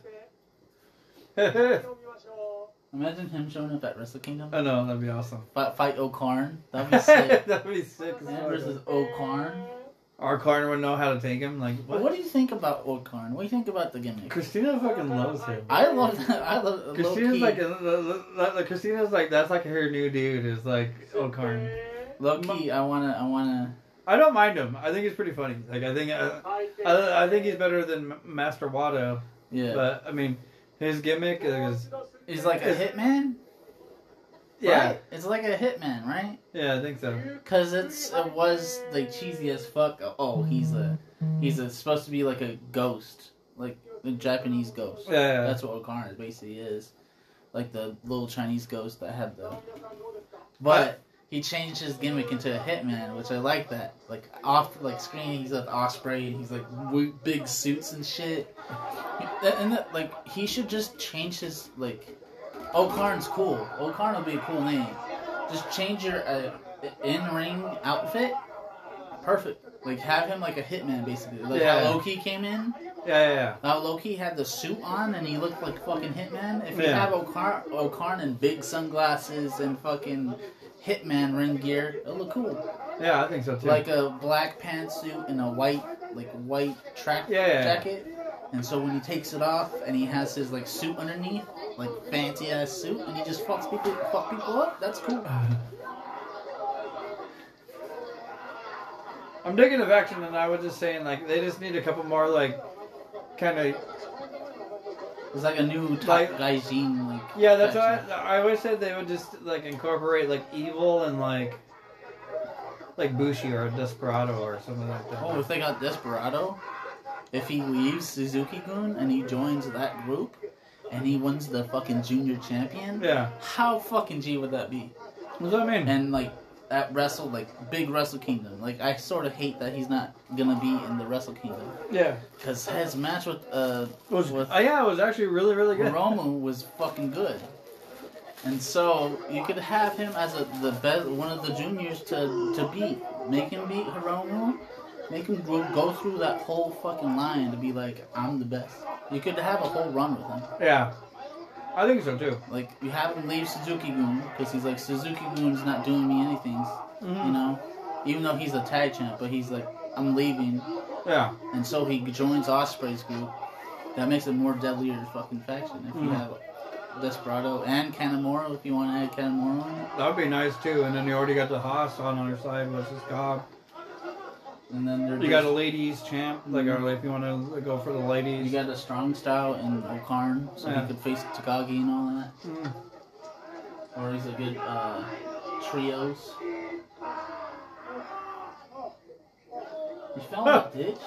Speaker 2: Imagine him showing up at Wrestle Kingdom.
Speaker 1: I know Oh, that'd be awesome.
Speaker 2: Fight, fight O'Karn. That'd be sick.
Speaker 1: that'd be sick. as
Speaker 2: Man
Speaker 1: fuck.
Speaker 2: versus O'Karn.
Speaker 1: Our corner would know how to take him. Like
Speaker 2: What?
Speaker 1: what?
Speaker 2: what do you think about O'Karn? What do you think about the gimmick?
Speaker 1: Christina fucking loves him.
Speaker 2: I love that. I love low
Speaker 1: Christina's
Speaker 2: key.
Speaker 1: like, uh, uh, uh, uh, Christina's like, that's like her new dude is like O'Karn.
Speaker 2: low key. I wanna. I wanna.
Speaker 1: I don't mind him. I think he's pretty funny. Like I think, uh, I, I think he's better than M- Master Wado.
Speaker 2: Yeah.
Speaker 1: But I mean, his gimmick is
Speaker 2: He's like a hitman.
Speaker 1: yeah,
Speaker 2: Right? It's like a hitman, right?
Speaker 1: yeah. I think so.
Speaker 2: Cause it's it was like cheesy as fuck. Oh, he's a he's a, supposed to be like a ghost, like a Japanese ghost.
Speaker 1: Yeah, yeah.
Speaker 2: That's what O'Connor basically is, like the little Chinese ghost that had the. But he changed his gimmick into a hitman, which I like that. Like off, like screen, he's like Osprey, and he's like w- big suits and shit. That- And that, like he should just change his like. O'Karn's cool. O'Karn would be a cool name. Just change your uh, in-ring outfit. Perfect. Like have him like a hitman basically. Like
Speaker 1: Yeah.
Speaker 2: how Loki came in.
Speaker 1: Yeah, yeah, yeah.
Speaker 2: How Uh, Loki had the suit on and he looked like fucking hitman. If you
Speaker 1: Yeah.
Speaker 2: have O'Karn, O'Karn in big sunglasses and fucking hitman ring gear, it'll look cool.
Speaker 1: Yeah, I think so too.
Speaker 2: Like a black pantsuit and a white like white track
Speaker 1: Yeah, yeah.
Speaker 2: jacket. And so when he takes it off and he has his like suit underneath, like fancy ass suit, and he just fucks people fuck people up, that's cool.
Speaker 1: I'm digging the action, and I was just saying like they just need a couple more like kind of
Speaker 2: It's like a new top
Speaker 1: Like-
Speaker 2: gaijin like
Speaker 1: yeah. That's why
Speaker 2: faction.
Speaker 1: I, I always said they would just like incorporate like evil and like like Bushi or Desperado or something like that.
Speaker 2: Oh, if they got Desperado, if he leaves Suzuki Gun and he joins that group and he wins the fucking junior champion,
Speaker 1: Yeah,
Speaker 2: how fucking G would that be?
Speaker 1: that's what I mean.
Speaker 2: and like at Wrestle, like big Wrestle Kingdom. Like I sort of hate that he's not gonna be in the Wrestle Kingdom
Speaker 1: yeah,
Speaker 2: because his match with uh
Speaker 1: it was
Speaker 2: with
Speaker 1: uh, yeah, it was actually really really good.
Speaker 2: Romu was fucking good. And so you could have him as a, the best one of the juniors to to beat, make him beat Hiromu, make him go, go through that whole fucking line to be like I'm the best. You could have a whole run with him.
Speaker 1: Yeah, I think so too.
Speaker 2: Like you have him leave Suzuki Goon because he's like Suzuki Goon's not doing me anything, you know. Even though he's a tag champ, but he's like I'm leaving,
Speaker 1: Yeah,
Speaker 2: and so he joins Osprey's group. That makes it more deadlier fucking faction. If you
Speaker 1: Mhm.
Speaker 2: have Desperado and Kanemaru, if you want to add Kanemaru, in it,
Speaker 1: that would be nice too. And then you already got the Haas on our side versus Cobb.
Speaker 2: and then they're
Speaker 1: You got a
Speaker 2: just-
Speaker 1: ladies champ, like or if you want to go for the ladies.
Speaker 2: Mm-hmm. you got a strong style and Okarn, so
Speaker 1: Yeah.
Speaker 2: he could face Takagi and all that,
Speaker 1: Mm.
Speaker 2: or he's a good uh, trios. You fell in a ditch.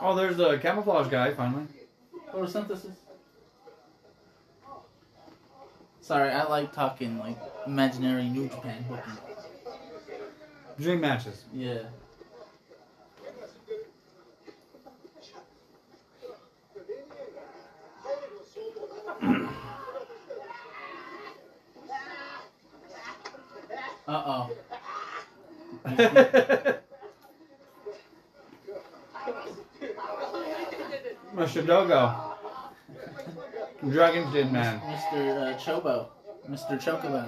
Speaker 1: Oh, there's the camouflage guy finally.
Speaker 2: Photosynthesis. Sorry, I like talking like imaginary New Japan booking.
Speaker 1: Dream matches.
Speaker 2: Yeah. Uh oh.
Speaker 1: Mashidogo. Dragon's Den Man.
Speaker 2: Mr. Uh, Chobo. Mr. Chocobo.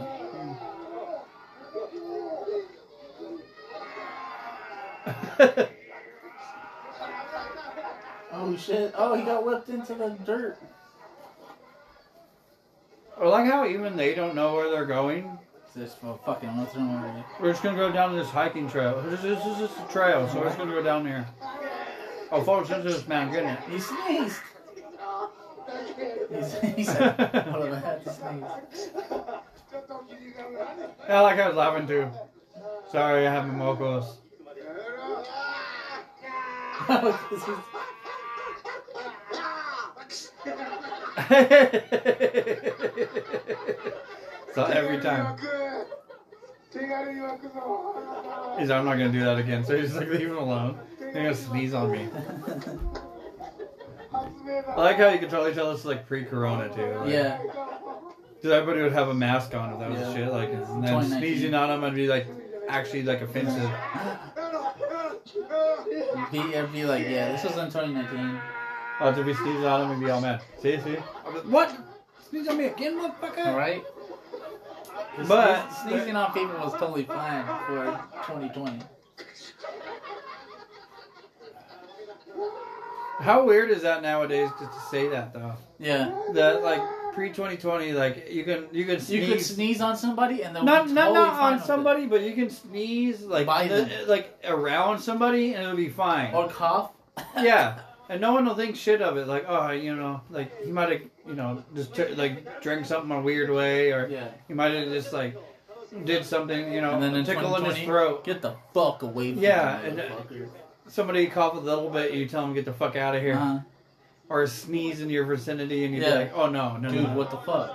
Speaker 2: Oh shit. Oh, he got whipped into the dirt.
Speaker 1: I like how even they don't know where they're going.
Speaker 2: This fu- fucking what's wrong with you?
Speaker 1: We're just gonna go down this hiking trail. This is this is just a trail, so we're just gonna go down here. Oh, photosynthesis man, get it.
Speaker 2: He sneezed. He's, he said, "Hold on, I had to sneeze."
Speaker 1: Yeah, I like I was laughing too. Sorry, I have mocos. so every time. He's like, I'm not gonna do that again. So he's just like, leave him alone. They're gonna sneeze on me. I like how you can totally tell it's like pre-corona too. Like,
Speaker 2: yeah.
Speaker 1: Because everybody would have a mask on if that was
Speaker 2: Yeah.
Speaker 1: shit. Like, and then
Speaker 2: 2019.
Speaker 1: sneezing on them, I'd be like, actually like offensive.
Speaker 2: Be, I'd be like, yeah, this was in 2019.
Speaker 1: Oh, if we sneeze on him, we'd be all mad. See, see. I'd be like, What? Sneeze on me again, motherfucker?
Speaker 2: All right.
Speaker 1: But-
Speaker 2: Sneeze- sneezing on people was totally fine for 2020.
Speaker 1: How weird is that nowadays to, to say that though?
Speaker 2: Yeah.
Speaker 1: That like pre 2020, like you can you can
Speaker 2: You
Speaker 1: sneeze.
Speaker 2: could sneeze on somebody and then
Speaker 1: not
Speaker 2: be
Speaker 1: not,
Speaker 2: totally
Speaker 1: not
Speaker 2: fine
Speaker 1: on
Speaker 2: with it.
Speaker 1: somebody, but you can sneeze like
Speaker 2: By
Speaker 1: in
Speaker 2: them.
Speaker 1: the- like around somebody and it'll be fine.
Speaker 2: or cough.
Speaker 1: yeah, and no one will think shit of it. Like oh, you know, like he might have you know just took like drank something a weird way, or
Speaker 2: Yeah.
Speaker 1: he might have just like did something you know
Speaker 2: And then in
Speaker 1: tickle in his
Speaker 2: 2020
Speaker 1: throat.
Speaker 2: Get the fuck away from
Speaker 1: Yeah,
Speaker 2: me,
Speaker 1: and, uh,
Speaker 2: motherfucker.
Speaker 1: Somebody cough a little bit, you tell him get the fuck out of here,
Speaker 2: Uh-huh.
Speaker 1: or sneeze in your vicinity, and you'd
Speaker 2: Yeah.
Speaker 1: be like, oh no, no,
Speaker 2: Dude,
Speaker 1: no.
Speaker 2: what the fuck?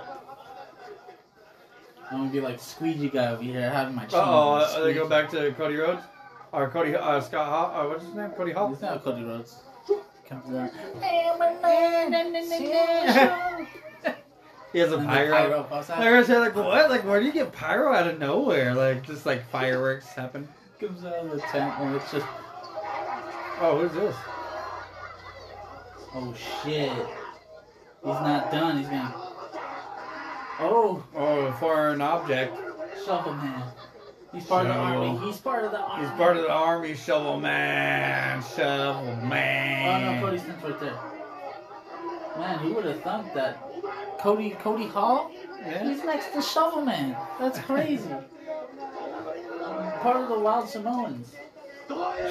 Speaker 2: I'm gonna be like squeegee guy over here having my cheese.
Speaker 1: Oh, uh, they go back to Cody Rhodes or Cody uh, Scott Hall. Uh, what's his name? Cody Hall.
Speaker 2: It's not Cody Rhodes. Comes out.
Speaker 1: He has a
Speaker 2: And the
Speaker 1: pyro.
Speaker 2: up outside.
Speaker 1: Like I said, like what? Like where do you get pyro out of nowhere? Like just like fireworks happen.
Speaker 2: Comes out of the tent and it's just,
Speaker 1: Oh, who's this?
Speaker 2: oh shit. He's not done. He's gonna. Oh,
Speaker 1: Oh, a foreign object.
Speaker 2: shovel man. He's part of the
Speaker 1: Shovel.
Speaker 2: army. He's part of the army.
Speaker 1: He's part of the army shovel man. Shovel
Speaker 2: Oh no, Cody
Speaker 1: man.
Speaker 2: Smith's right there. Man, who would have thunk that? Cody, Cody Hall?
Speaker 1: Yeah.
Speaker 2: He's next to Shovel Man. That's crazy. Part of the Wild Samoans.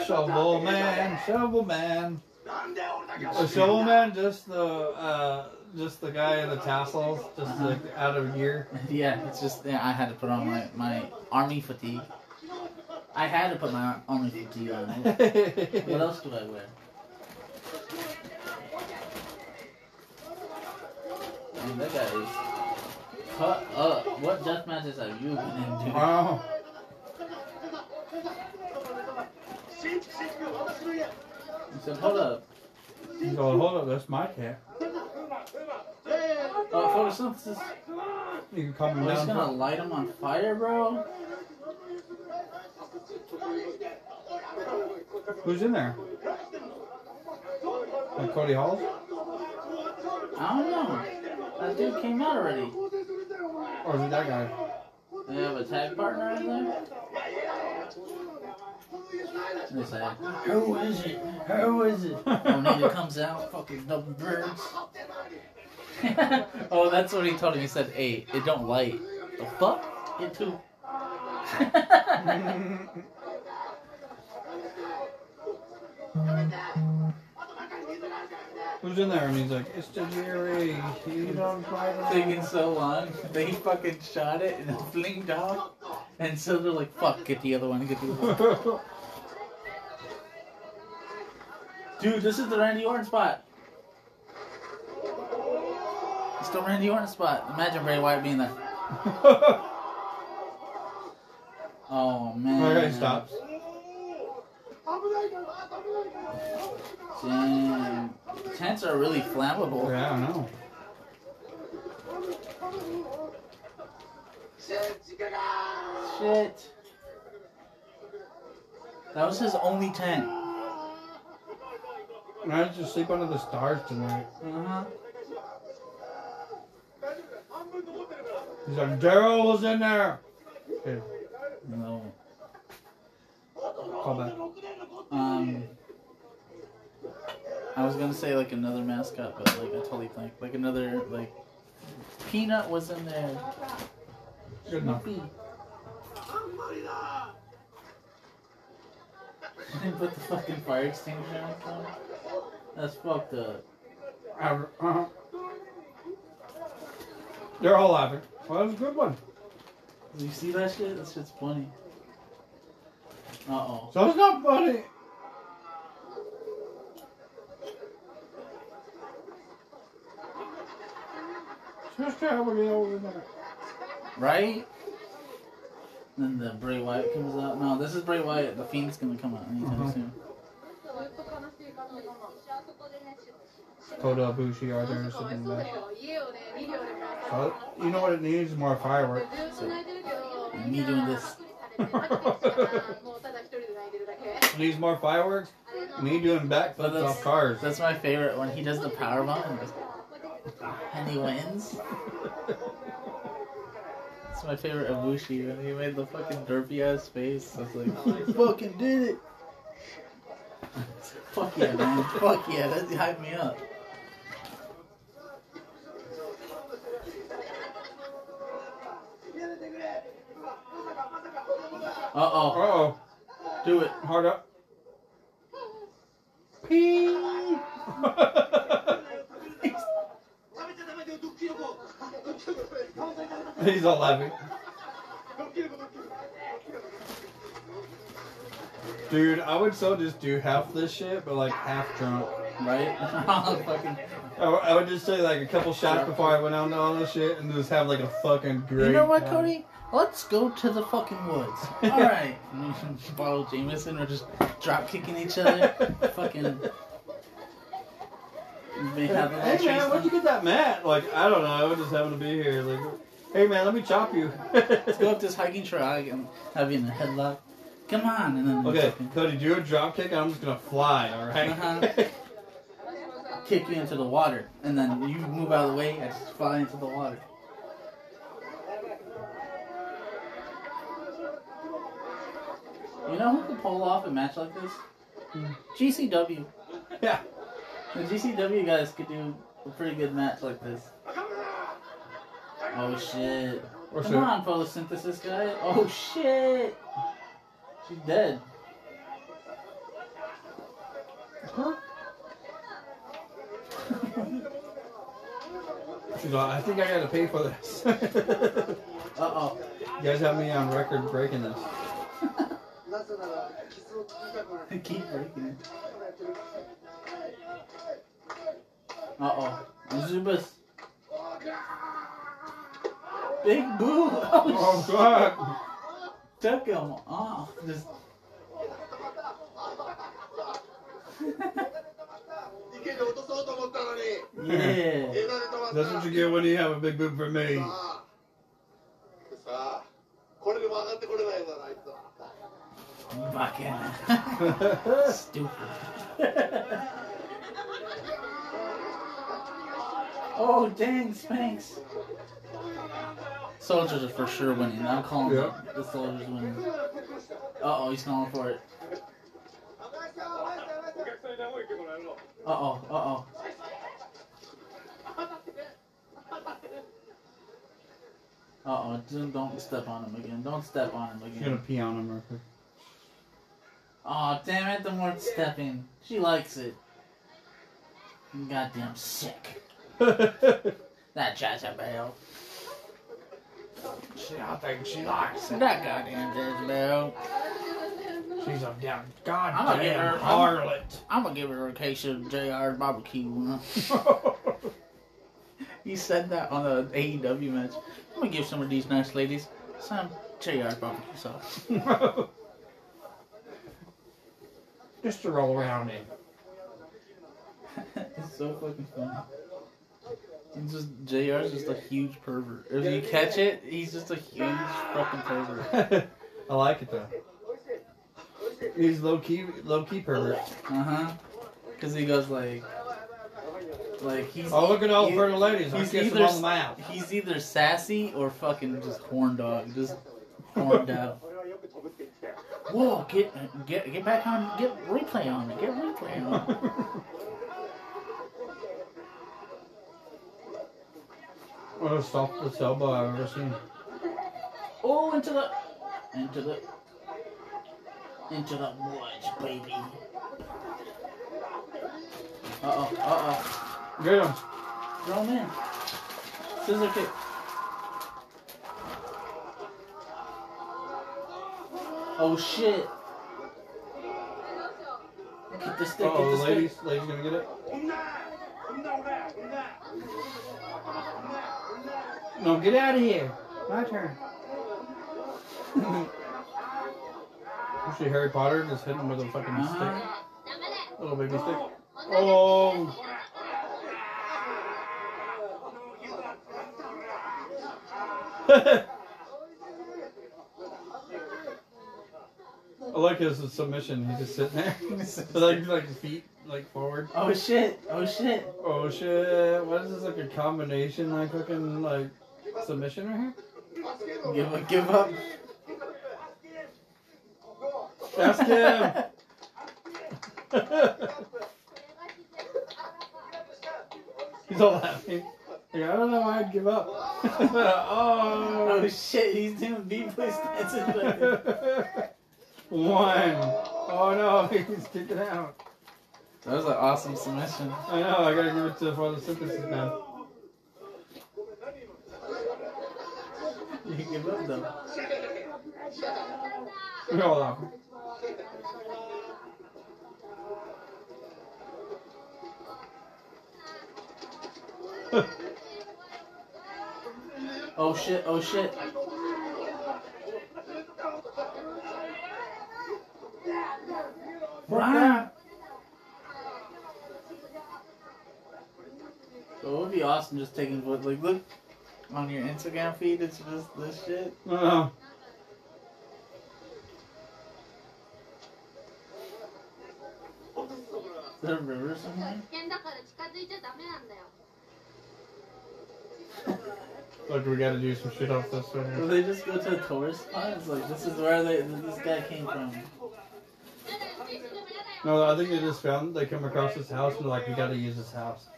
Speaker 1: Shovel man. Shovel man.
Speaker 6: なんで俺だけ
Speaker 1: A shovel man, just the uh, just the guy in the tassels, just like out of gear.
Speaker 2: yeah, it's just yeah, I had to put on my, my army fatigue. I had to put my army fatigue on. What else do I wear? Man, that guy is cut up. What death matches have you been in, dude?
Speaker 1: Wow.
Speaker 6: 神父神父私の家
Speaker 2: He said, hold up.
Speaker 1: He's going, hold up, that's my cat.
Speaker 2: Uh, photosynthesis.
Speaker 1: You can calm him
Speaker 2: Oh, he's
Speaker 1: down.
Speaker 2: gonna light him on fire, bro?
Speaker 1: Who's in there? Like Cody Hall?
Speaker 2: I don't know. That dude came out already.
Speaker 1: Or is it that guy?
Speaker 2: They have a tag partner in there? They say, Who is it? Who is it? Onita Oh, comes out, fucking double birds. oh, that's what he told him. He said, Hey, it don't light. The fuck? It too.
Speaker 1: Who's in there? And he's like, it's the Jerry. He's on fire.
Speaker 2: Taking so long, they fucking shot it and it blinked off. And so they're like, fuck, get the other one, get the other one. Dude, this is the Randy Orton spot. It's the Randy Orton spot. Imagine Bray Wyatt being there. Oh man.
Speaker 1: Okay, stops.
Speaker 2: Damn. Tents are really flammable.
Speaker 1: Yeah, I don't know.
Speaker 6: 政治家が
Speaker 2: Shit. That was his only tent. Uh
Speaker 1: And I just sleep under the stars tonight.
Speaker 2: huh.
Speaker 1: He's like, Daryl was in there. Okay,
Speaker 2: No.
Speaker 1: call back.
Speaker 2: Um. I was gonna say like another mascot, but like I totally think like another like Peanut was in there.
Speaker 1: Good enough.
Speaker 2: They put the fucking fire extinguisher on him. That's fucked up.
Speaker 1: Uh, uh-huh. They're all laughing. Well, that was a good one.
Speaker 2: You see that shit? That shit's funny. Uh oh.
Speaker 1: So it's not funny. Just travel it over there.
Speaker 2: Right? Then the Bray Wyatt comes out. No, this is Bray Wyatt. The Fiend's gonna come out anytime
Speaker 1: Uh-huh.
Speaker 2: soon.
Speaker 5: ずっと悲しいからね一生あそこでねしし
Speaker 1: Kota Ibushi
Speaker 5: な
Speaker 1: are
Speaker 5: ん
Speaker 1: there
Speaker 5: かかわい
Speaker 1: sitting
Speaker 5: そうだ
Speaker 1: back.
Speaker 5: よ家をね2両で回されて
Speaker 1: So, Uh, you know what it needs? More fireworks.
Speaker 5: ずっと泣いてるけど
Speaker 2: Me doing this.
Speaker 5: みんな拍手されて拍手してるからもうただ一人で泣いてるだけ
Speaker 1: Needs more fireworks?
Speaker 5: あれの
Speaker 1: Me doing backflips
Speaker 2: But that's-
Speaker 1: off cars.
Speaker 2: That's my favorite when he does the power bomb and, goes, and he wins. That's my favorite Ibushi when he made the fucking derpy ass face. I was like, "You fucking did it. Fuck yeah, man. Fuck yeah. That hyped me up. Uh
Speaker 1: Uh
Speaker 2: oh.
Speaker 1: oh.
Speaker 2: Do it.
Speaker 1: Hard up. Ping! He's all laughing. Dude, I would so just do half this shit, but like half drunk.
Speaker 2: Right? fucking.
Speaker 1: I would- I would just say like a couple shots before I went on to all this shit and just have like a fucking great.
Speaker 2: You know what,
Speaker 1: time.
Speaker 2: Cody? Let's go to the fucking woods. Alright. Bottle Jameson, we're just drop kicking each other. fucking. They
Speaker 1: Hey
Speaker 2: have a little
Speaker 1: man, where'd you
Speaker 2: thing.
Speaker 1: get that mat? Like, I don't know, just having to be here. Like, hey man, let me chop you.
Speaker 2: Let's go up this hiking trail and have you in a headlock. Come on, and then
Speaker 1: Okay,
Speaker 2: fucking
Speaker 1: Cody, do a drop kick. I'm just gonna fly. All
Speaker 2: Uh-huh.
Speaker 1: right?
Speaker 2: kick you into the water, and then you move out of the way. I just fly into the water. You know who could pull off a match like this? GCW.
Speaker 1: yeah.
Speaker 2: The GCW guys could do a pretty good match like this. Oh shit.
Speaker 1: Or
Speaker 2: Come on, photosynthesis guy. Oh shit. She's dead.
Speaker 1: She's like, I think I gotta pay for this. you
Speaker 2: Uh oh.
Speaker 1: guys have me on record breaking this.
Speaker 6: なぜなら傷を聞きたくない
Speaker 2: Keep breaking it.
Speaker 6: からやってる
Speaker 2: Uh oh. Zubas. Big boo. Oh,
Speaker 1: Oh god!
Speaker 2: shit. Took him off. Just.
Speaker 6: 池で落とそうと思ったのに
Speaker 2: Yeah.
Speaker 6: 枝で止まった
Speaker 1: That's what you get when you have a big boob for me.
Speaker 6: さあさあこれでも上がってこれないよなあいつは
Speaker 2: Fucking. Stupid. oh, dang, Spanx. Soldiers are for sure winning. I'm calling
Speaker 1: Yeah.
Speaker 2: it. the soldiers winning. Uh oh, he's calling for it. Uh oh, uh oh. Uh oh, don't, don't step on him again. Don't step on him
Speaker 1: You're gonna
Speaker 2: again.
Speaker 1: pee on him real quick.
Speaker 2: Aw, oh, damn it, the more it's stepping. She likes it. Goddamn sick. That Jezebel. She, I think she likes it. That goddamn Jezebel.
Speaker 1: She's a damn
Speaker 2: I'm gonna get her-
Speaker 1: goddamn
Speaker 2: I'm gonna give her a case of JR's barbecue.
Speaker 1: harlot.
Speaker 2: He said that on the AEW match. I'm gonna give some of these nice ladies some JR's barbecue sauce.
Speaker 1: Just to roll around in.
Speaker 2: it's so fucking funny. It's just JR's just a huge pervert. If you catch it, he's just a huge fucking pervert.
Speaker 1: I like it though. He's low key, low key pervert.
Speaker 2: Uh
Speaker 1: Uh-huh.
Speaker 2: huh. Because he goes like, like he's.
Speaker 1: Oh, look at all the
Speaker 2: he-
Speaker 1: pretty ladies. I
Speaker 2: He's
Speaker 1: kiss
Speaker 2: either
Speaker 1: them on the mouth.
Speaker 2: he's either sassy or fucking just horn dog, just horned out. Whoa! Get get get back on. Get replay on. Get replay on.
Speaker 1: What a softest elbow I've ever seen.
Speaker 2: Oh, into the, into the, into the woods, baby. Uh oh. Uh oh.
Speaker 1: Get him.
Speaker 2: Throw him in. Scissor kick. Oh shit. Get the stick.
Speaker 1: Oh,
Speaker 2: Get the stick.
Speaker 1: ladies, ladies gonna get it? No, get out of here. My turn. Actually, Harry Potter just hit him with a fucking
Speaker 2: Uh-huh.
Speaker 1: stick. Little baby stick.
Speaker 5: 女の子
Speaker 1: Oh, I like his submission. He's just sitting there. But like, like his feet like forward.
Speaker 2: Oh shit. Oh shit.
Speaker 1: Oh shit! What is this like a combination like fucking like submission right here?
Speaker 2: Give up. Give up.
Speaker 1: Ask him. He's all laughing. Like, I don't know why I'd give up.
Speaker 2: oh
Speaker 1: oh
Speaker 2: shit. He's doing beat boy stances. right there.
Speaker 1: One. Oh no, he's kicking out.
Speaker 2: That was an awesome submission.
Speaker 1: I know, I gotta give it to photosynthesis now.
Speaker 2: You give up though.
Speaker 1: We're all out.
Speaker 2: Oh shit. Oh shit. Wow. So it would be awesome just taking what like look on your Instagram feed. It's just this shit.
Speaker 1: Oh,
Speaker 2: Is there a river somewhere?
Speaker 5: 危険だから近づいちゃダメなんだよ
Speaker 1: look, we gotta do some shit off this one here.
Speaker 2: Or they just go to a tourist spot? It's like this is where they this guy came from.
Speaker 5: やだよ選手でもやだよ
Speaker 1: No, I think they just found they come across this house and they're like, we gotta use this house.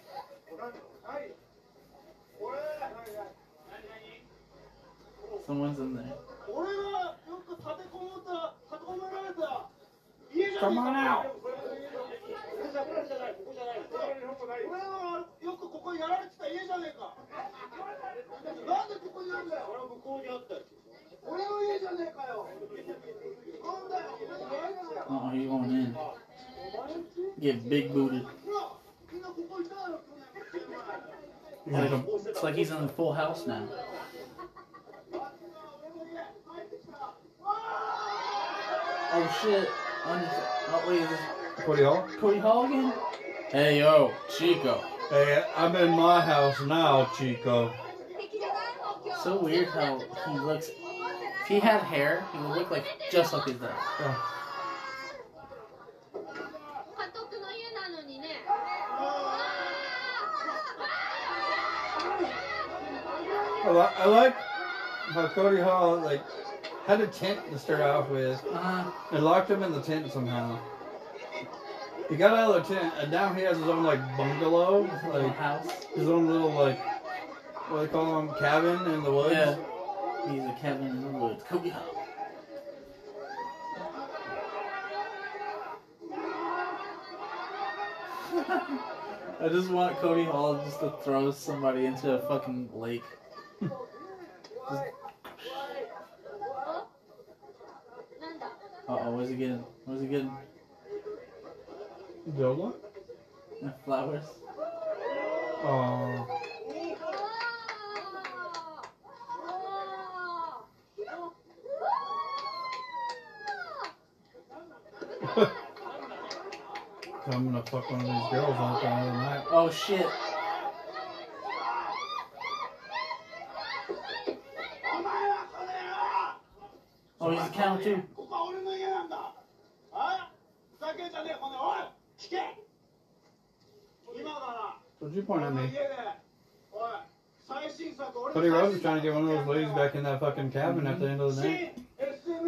Speaker 2: Someone's in there.
Speaker 6: 俺はよく立てこもった立てこもられた家じゃ
Speaker 1: Come on
Speaker 6: ね
Speaker 1: out.
Speaker 6: えかこれじゃないここじゃないここじゃない俺はよくここやられてた家じゃねえかなんでここにいるんだよ俺は向こうにあった俺の家じゃねえかよなんだよここじゃないんだよ
Speaker 2: Oh, you going in?
Speaker 6: お前んち
Speaker 2: Get big booted.
Speaker 6: ほらみんなここいたよ去年こっちの前
Speaker 1: You
Speaker 2: Like,
Speaker 1: gotta go-
Speaker 2: it's like he's in the full house now.
Speaker 6: お
Speaker 2: Oh shit! Und- Oh wait, is this
Speaker 1: Cody Hall?
Speaker 2: Cody Hall again? Hey yo, Chico.
Speaker 1: Hey, I'm in my house now, Chico.
Speaker 5: 敵じゃないもん今日
Speaker 2: So weird how he looks. If he had hair, he would look like just like his dad.
Speaker 1: Oh,
Speaker 5: 監督の家なのにね
Speaker 1: I, li- I like how Cody Hall like had a tent to start off with.
Speaker 2: Uh,
Speaker 1: They locked him in the tent somehow. He got out of the tent, and now he has his own like bungalow,
Speaker 2: little
Speaker 1: like
Speaker 2: house.
Speaker 1: his own little like what do they call them, cabin in the woods.
Speaker 2: Yeah. He's a Kevin in the woods. Cody Hall. I just want Cody Hall just to throw somebody into a fucking lake. Uh oh, where's he getting? Where's he getting?
Speaker 1: Zola?
Speaker 2: Uh, Flowers.
Speaker 1: Oh, I'm gonna fuck one of these girls out there the night.
Speaker 2: Oh shit. Oh, he's a count too.
Speaker 6: ここは俺の家なんだあふざけんじゃねえこのおい聞け今だ
Speaker 1: What'd you
Speaker 6: な
Speaker 1: point at
Speaker 6: この家
Speaker 1: me?
Speaker 6: でおい最新作俺
Speaker 1: Cody Rhodes is trying to get one of those ladies back in that fucking cabin at the end of the night.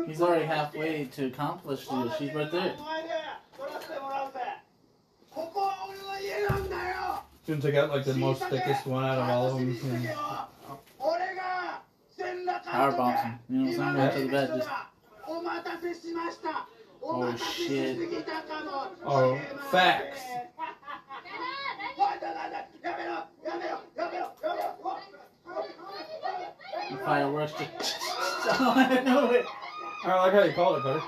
Speaker 2: He's already halfway to accomplish this. She's right there.
Speaker 6: お前で取らせてもらうぜここは俺の家なんだよ
Speaker 1: Since I got like the most thickest one out of all of them. hmm.
Speaker 2: Power bombs him. You know what I'm saying? Go to the bed, just-
Speaker 6: Oh
Speaker 2: shit.
Speaker 6: shit.
Speaker 1: Oh, facts.
Speaker 2: The fireworks just out of nowhere.
Speaker 1: I like how you called it, Cody.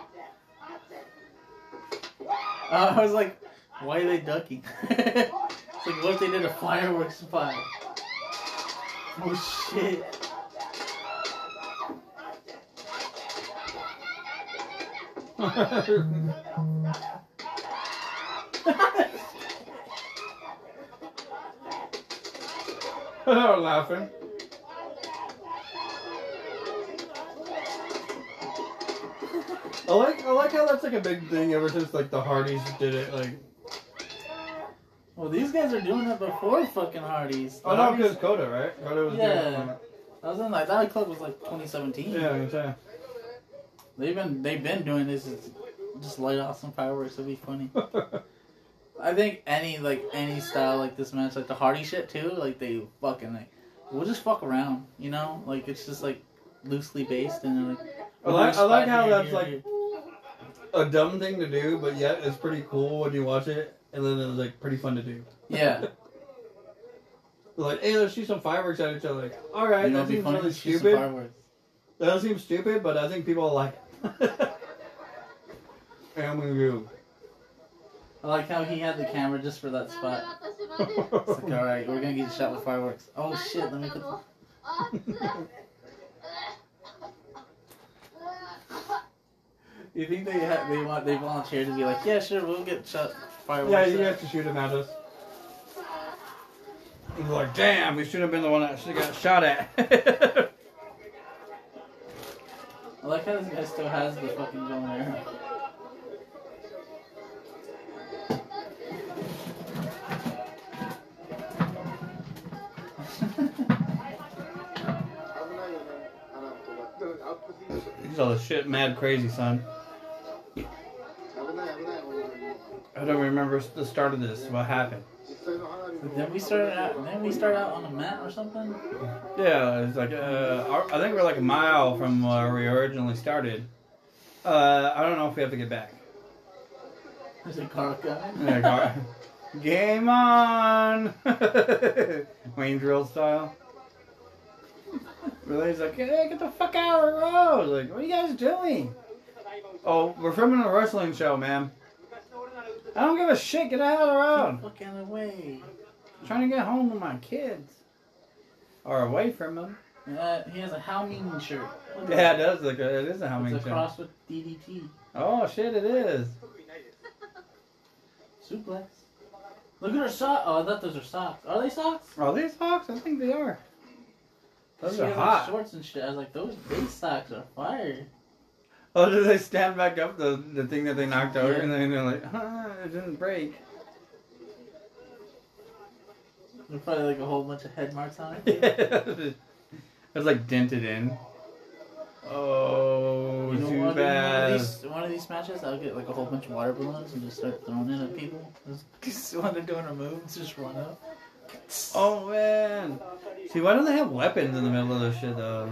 Speaker 2: Uh, I was like, why are they ducking? it's like, what if they did a fireworks spot? Oh shit.
Speaker 1: They're laughing. I like I like how that's like a big thing ever since like the Hardys did it like
Speaker 2: Well, these guys are doing it before fucking Hardee's.
Speaker 1: oh no because Coda right Coda was
Speaker 2: Yeah. I was in like that club was like 2017.
Speaker 1: doing it. yeah I'm saying
Speaker 2: They've been they've been doing this. Is just light off some fireworks. It'd be funny. I think any like any style like this match, like the Hardy shit too. Like they fucking like we'll just fuck around, you know. Like it's just like loosely based and like.
Speaker 1: I like I like how
Speaker 2: Spot
Speaker 1: that's
Speaker 2: here, here,
Speaker 1: like a dumb thing to do but yet it's pretty cool when you watch it and then it's like pretty fun to do
Speaker 2: here.
Speaker 1: like hey let's shoot some fireworks at each other like all
Speaker 2: yeah.
Speaker 1: right
Speaker 2: You know,
Speaker 1: that
Speaker 2: it'd be
Speaker 1: seems
Speaker 2: funny
Speaker 1: really
Speaker 2: to shoot
Speaker 1: stupid
Speaker 2: some fireworks.
Speaker 1: That seems stupid, but I think people like it. and we move.
Speaker 2: I like how he had the camera just for that spot. It's like, all right, we're gonna get shot with fireworks. Oh shit, let me put. The...
Speaker 5: あっつ
Speaker 2: You think they ha- they want they volunteered to be like, yeah, sure, we'll get shot with fireworks.
Speaker 1: yeah, you have to shoot him at us. He's like, damn, we should have been the one that should got shot at.
Speaker 2: I like how this guy still has the fucking golden arrow.
Speaker 1: He's all the shit mad crazy, son. I don't remember the start of this. What happened?
Speaker 2: Then we start out. Then we start out on a mat or something.
Speaker 1: Yeah, it's like, uh, our- I think we're like a mile from where we originally started. Uh, I don't know if we have to get back.
Speaker 2: There's a car coming.
Speaker 1: Yeah, car. Game on! Wayne Drill style. Really? He's like, hey, get the fuck out of the road! Like, what are you guys doing? Oh, we're filming a wrestling show, ma'am. I don't give a shit, get out of the road!
Speaker 2: Fucking away.
Speaker 1: I'm trying to get home with my kids. Or away from them.
Speaker 2: Yeah, Uh, he has a How Mean shirt. Look at
Speaker 1: Yeah, it
Speaker 2: that.
Speaker 1: does look good. It is a
Speaker 2: it's
Speaker 1: homing
Speaker 2: a
Speaker 1: show.
Speaker 2: cross with DDT
Speaker 1: Oh, shit, it is.
Speaker 2: suplex. Look at her sock. Oh, I thought those are socks. Are they socks?
Speaker 1: Are these hawks? I think they are. Those
Speaker 2: She
Speaker 1: are
Speaker 2: has, Like,
Speaker 1: hot.
Speaker 2: shorts and shit. I was like, those big socks are fire.
Speaker 1: Oh, did they stand back up the the thing that they knocked over
Speaker 2: Yeah.
Speaker 1: and then they're like, huh, it didn't break.
Speaker 2: There's probably like a whole bunch of head marks on it.
Speaker 1: it was like dented in. Oh,
Speaker 2: You know
Speaker 1: too
Speaker 2: what?
Speaker 1: bad.
Speaker 2: In one, of these, one of these matches, I'll get like a whole bunch of water balloons and just start throwing it at people. Just when they're doing a move, just run up.
Speaker 1: Oh man. See, why don't they have weapons in the middle of this shit though?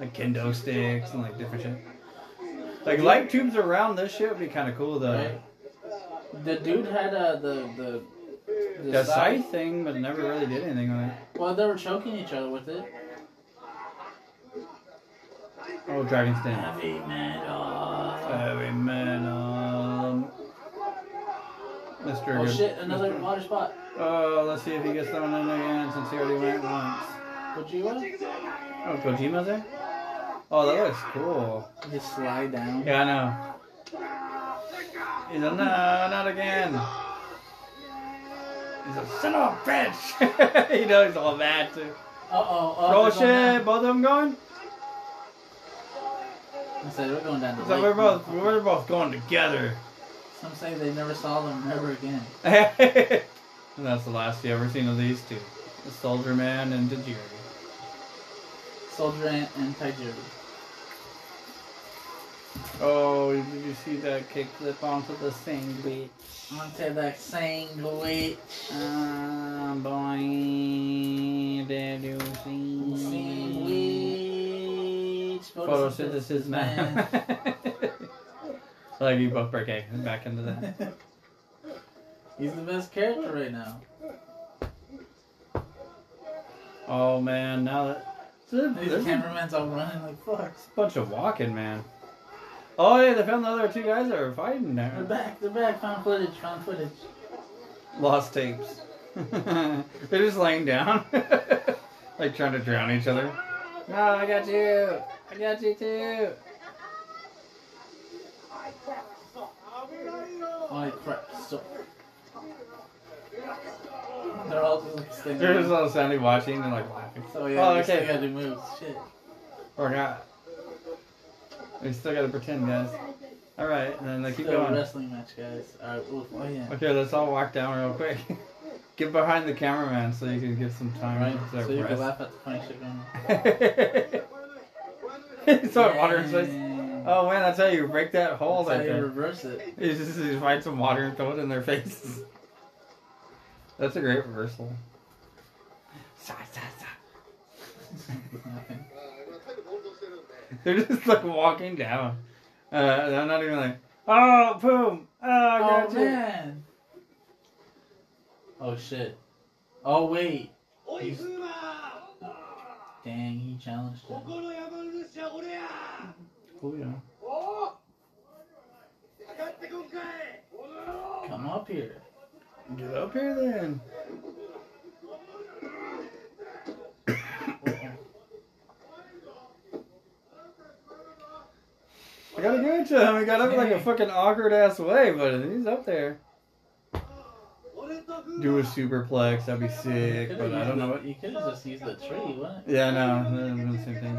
Speaker 1: Like kendo sticks and like different shit. Like light tubes around this shit would be kind of cool though.
Speaker 2: Right. The dude had uh, the the the,
Speaker 1: The
Speaker 2: scythe.
Speaker 1: scythe thing, but never really did anything on it.
Speaker 2: Well, they were choking each other with it.
Speaker 1: Oh, dragon's den.
Speaker 2: Heavy metal.
Speaker 1: Heavy metal. Mr.
Speaker 2: Oh
Speaker 1: Good-
Speaker 2: shit! Another
Speaker 1: Mr.
Speaker 2: water spot.
Speaker 1: Oh, let's see if he gets thrown in again since he already went once.
Speaker 2: Kojima,
Speaker 1: Oh, Kojima's there? Oh, that looks cool.
Speaker 2: just slide down.
Speaker 1: Yeah, I know. He's a no, not again. He's a son of a bitch. you know he's all mad too.
Speaker 2: Uh oh.
Speaker 1: Oh shit, both of them going?
Speaker 2: I said we're going down. the
Speaker 1: It's like
Speaker 2: lake.
Speaker 1: we're both we're both going together.
Speaker 2: Some say they never saw them ever again.
Speaker 1: and that's the last you ever seen of these two. The Soldier Man and Tajiri.
Speaker 2: Soldier Ant and Taijiri.
Speaker 1: Oh, did you see that kickflip onto the sandwich?
Speaker 2: I'm gonna say that sandwich.
Speaker 1: Um, boy, did you
Speaker 2: Sandwich.
Speaker 1: Photosynthesis man. like you both break egg back into that.
Speaker 2: He's the best character right now.
Speaker 1: Oh man, now that
Speaker 2: These
Speaker 1: there's a
Speaker 2: cameraman's all running like fuck.
Speaker 1: bunch of walking, man. Oh yeah, they found the other two guys that were fighting
Speaker 2: The
Speaker 1: there.
Speaker 2: back, the back, found footage, found footage.
Speaker 1: Lost tapes. They're just laying down, like trying to drown each other. No, I got you. I got you too.
Speaker 6: 危ないよ
Speaker 2: Holy crap, so. They're all just like standing.
Speaker 1: They're just all standing watching and like laughing.
Speaker 2: So yeah,
Speaker 1: Oh,
Speaker 2: we still
Speaker 1: okay.
Speaker 2: gotta do moves. Shit.
Speaker 1: Or not. We still gotta pretend, guys. All right, and then they keep
Speaker 2: Still a
Speaker 1: going.
Speaker 2: wrestling match, guys. Alright, oof, oh yeah.
Speaker 1: Okay, let's all walk down real quick. get behind the cameraman so you can give some time
Speaker 2: Alright,
Speaker 1: to
Speaker 2: so you can
Speaker 1: rest.
Speaker 2: laugh at the funny shit going on.
Speaker 1: it's all water in his face.
Speaker 2: Dang.
Speaker 1: Oh man, that's how you break that hole
Speaker 2: That's
Speaker 1: right
Speaker 2: how
Speaker 1: there.
Speaker 2: you reverse it.
Speaker 1: You just you find some water and throw it in their faces. That's a great reversal. Sa, sa, sa.
Speaker 2: Nothing.
Speaker 6: あー今体力温存してるんで
Speaker 1: They're just like walking down. Uh, and I'm not even like, oh, boom, oh, I
Speaker 2: Oh
Speaker 1: got you.
Speaker 2: man. Oh shit. Oh wait.
Speaker 6: おい風磨
Speaker 2: Dang, he challenged him.
Speaker 6: ここの山の主は俺や
Speaker 1: Oh, yeah.
Speaker 6: おお上がってこんかいこの野郎
Speaker 2: Come up here.
Speaker 1: Get up here then. I gotta give it to him. He got up like a fucking awkward ass way, but he's up there.
Speaker 6: 俺と風磨
Speaker 1: Do a superplex. That'd be sick,
Speaker 2: Could've
Speaker 1: but I
Speaker 2: used
Speaker 1: don't
Speaker 2: the-
Speaker 1: know what.
Speaker 2: You could have just used the tree, wouldn't it?
Speaker 1: Yeah, no, that'd have been the same thing.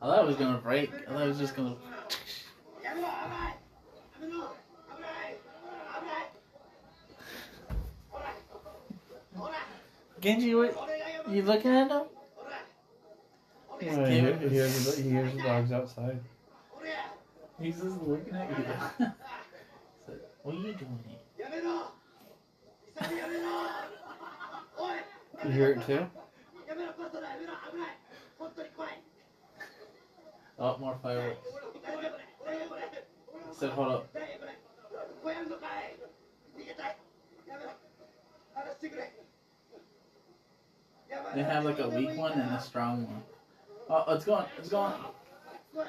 Speaker 2: I thought it was gonna break. I thought it was just gonna.
Speaker 6: やめろ危ない危ない危ない危ない
Speaker 2: Genji, what?
Speaker 6: 俺がや
Speaker 2: You looking at him?
Speaker 1: Yeah, he, hears the, he hears the dogs outside.
Speaker 6: 俺や
Speaker 2: He's just looking at you. It's like, what are you doing here?
Speaker 6: やめろ潔やめろおい
Speaker 1: You hear it too?
Speaker 6: やめろコストだやめろ危ない本当に怖い
Speaker 2: Oh, more fireworks.
Speaker 6: 大丈夫これ大丈夫これ
Speaker 2: So hold up.
Speaker 6: 大丈夫これこうやるのかい逃げたいやめろ話してくれ
Speaker 2: They have like a weak one and a strong one. Oh, it's going. It's going.
Speaker 6: 怖い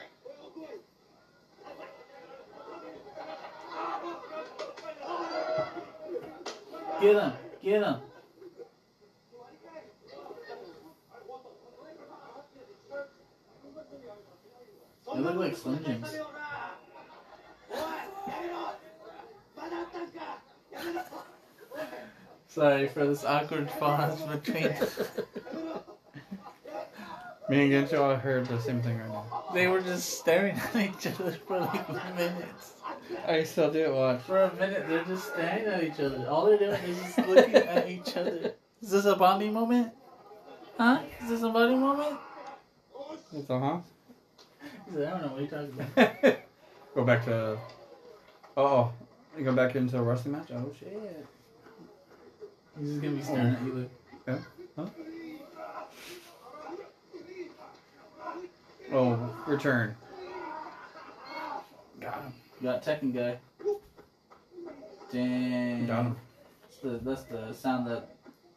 Speaker 2: Get him. Get him. They look like Slim Jims.
Speaker 6: おいやめろまだあったんかやめろ
Speaker 2: Sorry for this awkward pause between.
Speaker 1: Me and Gencho all heard the same thing right now.
Speaker 2: they were just staring at each other for like minutes.
Speaker 1: I still do it. Watch.
Speaker 2: For a minute, they're just staring at each other. All they're doing is just looking at each other. Is this a bonding moment? Huh? Is this a bonding moment?
Speaker 1: It's uh huh.
Speaker 2: He's like, I don't know what you're talking about.
Speaker 1: go back to. Oh, you go back into a wrestling match. Oh shit!
Speaker 2: He's just gonna be staring at you like,
Speaker 1: Yeah. Huh? Oh, return. Got him.
Speaker 2: you got Tekken guy. Dang.
Speaker 1: Got him.
Speaker 2: That's the, that's the sound that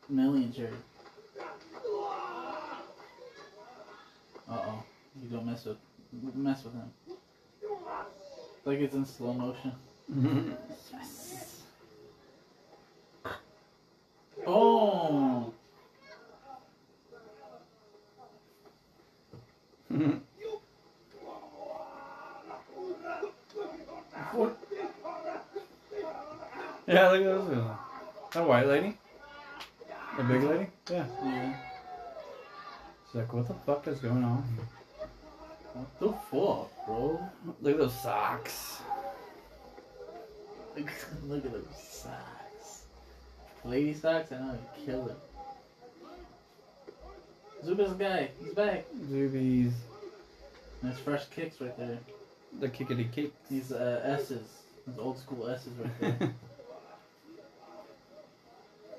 Speaker 2: millions heard. Uh oh. You don't mess with mess with him. Like it's in slow motion.
Speaker 1: Mm-hmm.
Speaker 2: Yes. Oh.
Speaker 1: Mm-hmm. yeah, look at those. people. That white lady. The big lady. Yeah.
Speaker 2: Yeah.
Speaker 1: She's like, what the fuck is going on? here?"
Speaker 2: What the fuck, bro?
Speaker 1: Look at those socks.
Speaker 2: Look at those socks. Lady socks, I know you kill it. Zuba's guy, he's back.
Speaker 1: Zubies.
Speaker 2: And his fresh kicks right there.
Speaker 1: The kickity kicks.
Speaker 2: These uh, S's, these old school S's right there.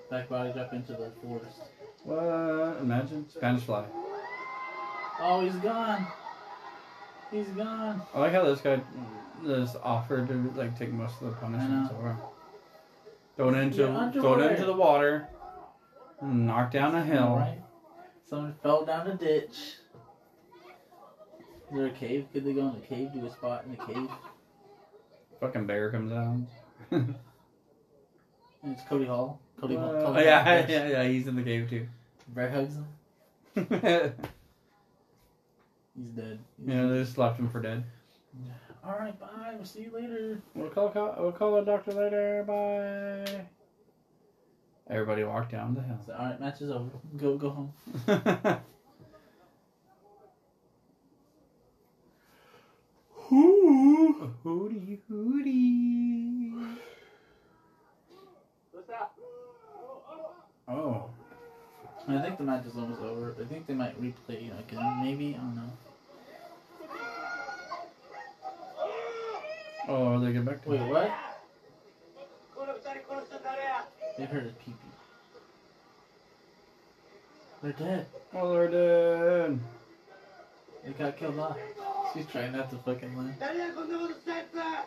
Speaker 2: back body drop into the forest.
Speaker 1: what? Imagine Spanish fly.
Speaker 2: Oh, he's gone. He's gone.
Speaker 1: I like how this guy just offered to like take most of the punishment
Speaker 2: I know.
Speaker 1: over. Thrown into
Speaker 2: Your
Speaker 1: thrown
Speaker 2: underwear.
Speaker 1: into the water. Knocked down a hill.
Speaker 2: Someone fell down a ditch. Is there a cave? Could they go in a cave? Do a spot in a cave?
Speaker 1: Fucking bear comes out.
Speaker 2: And it's Cody Hall. Cody Hall.
Speaker 1: oh,
Speaker 2: Cody Hall
Speaker 1: yeah,
Speaker 2: hugs-
Speaker 1: yeah, yeah, he's in the cave too.
Speaker 2: Brett hugs him.
Speaker 1: yeah,
Speaker 2: He's dead.
Speaker 1: they just left him for dead.
Speaker 2: All right, bye. We'll see you later.
Speaker 1: We'll call, call we'll call a doctor later. Bye. Everybody walked down the hill.
Speaker 2: So, all right, match is over. Go, go home.
Speaker 1: Hoo hootie hootie.
Speaker 4: What's that?
Speaker 1: Oh,
Speaker 2: I think the match is almost over. I think they might replay it again. Maybe I don't know.
Speaker 1: oh, are they get back to
Speaker 2: Wait, what?
Speaker 6: この二人殺したの誰や
Speaker 2: They heard a pee pee. They're dead.
Speaker 1: Oh, they're dead.
Speaker 2: They got killed off. She's trying not to fucking laugh.
Speaker 6: 誰やこんなことしたや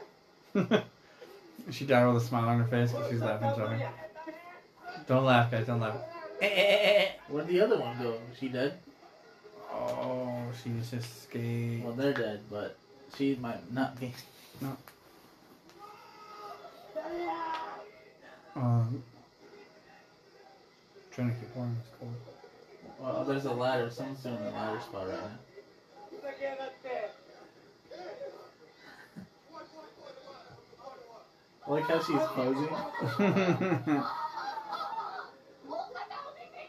Speaker 6: つ
Speaker 1: she died with a smile on her face because she's laughing so hard. Don't laugh, guys. Don't laugh.
Speaker 2: Where'd the other one go? She dead?
Speaker 1: Oh, she's just scared.
Speaker 2: Well, they're dead, but she might not be.
Speaker 1: Um, trying to keep warm. It's cold.
Speaker 2: Well, there's a ladder. Someone's doing the ladder spot right now.
Speaker 6: ふざけやがって。
Speaker 2: I like how she's posing.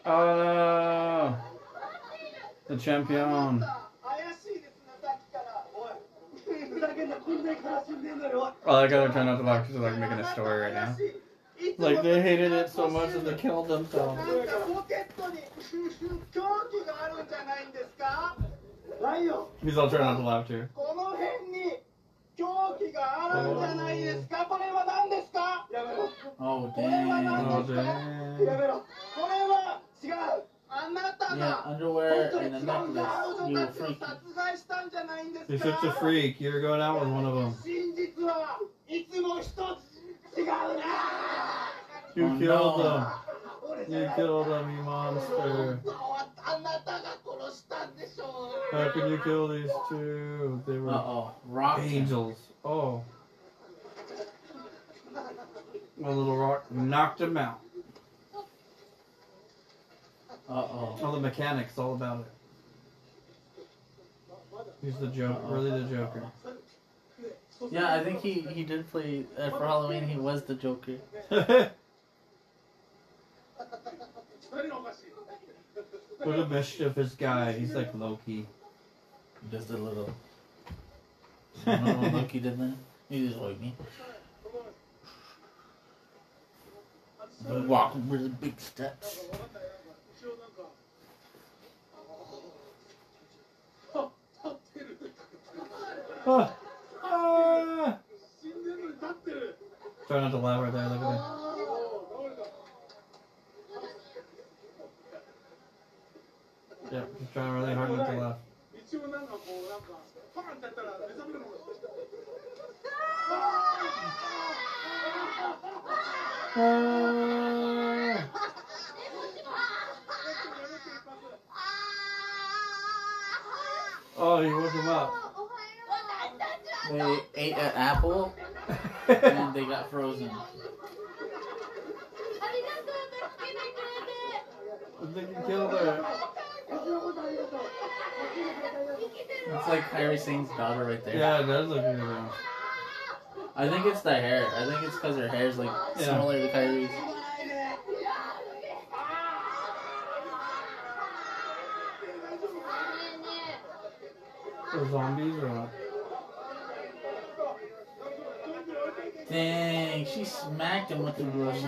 Speaker 1: oh no! The champion.
Speaker 6: 怪しいですね、さっきから。おい。ふざけんな、こんなに悲しんでんのに、おい。
Speaker 1: I like how they're trying not to laugh because they're like making a story right now.
Speaker 6: なん
Speaker 1: Like
Speaker 6: か
Speaker 1: they hated it so much that they killed themselves.
Speaker 6: ポケットに凶器があるんじゃないんですかないよ
Speaker 1: He's all trying not to laugh too.
Speaker 6: この辺に凶器があるんじゃないですかこれは何ですかやめろ
Speaker 2: Oh
Speaker 6: これは
Speaker 2: damn.
Speaker 1: Oh,
Speaker 6: 何ですか
Speaker 1: damn.
Speaker 6: やめろこれは違うあなた
Speaker 2: Yeah,
Speaker 6: が
Speaker 2: underwear
Speaker 6: 本当に違
Speaker 2: and a
Speaker 6: う彼
Speaker 2: necklace.
Speaker 6: 女
Speaker 2: You were
Speaker 6: た
Speaker 2: freaky.
Speaker 6: ちを殺害したんじゃないんですか
Speaker 1: You're such a freak. You're going out with one of them.
Speaker 6: 真実はいつも一つ違うな
Speaker 2: Oh,
Speaker 1: You killed them. You
Speaker 6: 俺
Speaker 1: killed them, you monster.
Speaker 6: あなたが殺したんでしょう
Speaker 1: How could you kill these two? They
Speaker 2: Uh
Speaker 1: were
Speaker 2: oh. Rock.
Speaker 1: angels. Oh. One little rock knocked him out.
Speaker 2: Uh oh.
Speaker 1: All the mechanics, all about it. He's the joke, really the Joker.
Speaker 2: Yeah, I think he he did play uh, for Halloween. He was the Joker.
Speaker 1: what
Speaker 6: それがおかしい
Speaker 1: a mischievous guy. He's like Loki.
Speaker 2: Just a little. Remember when Loki did that? He just like me. Walking with the big steps.
Speaker 6: 立ってる
Speaker 1: Ah. Ah.
Speaker 6: 死んでるのに立ってる
Speaker 1: Try not to laugh right there. Look at that.
Speaker 6: ああ倒れた
Speaker 1: Yeah, he's trying really hard not to laugh.
Speaker 6: 一応なんかこうなんかパーンってやったら目覚めるのか
Speaker 1: Ah.
Speaker 5: あ
Speaker 1: Oh, he woke him up.
Speaker 5: ーおはよう私たちは
Speaker 2: They ate an apple and they got frozen.
Speaker 5: ありがとう助けてくれ
Speaker 1: I think he
Speaker 5: て
Speaker 1: killed her.
Speaker 5: 生きてる
Speaker 2: It's like Harry Saint's daughter right there.
Speaker 1: Yeah, it does look like her.
Speaker 2: I think it's the hair. I think it's because her hair's like
Speaker 1: Yeah.
Speaker 2: similar to Kyrie's.
Speaker 1: Or zombies or what?
Speaker 2: Dang, she smacked him with the brush.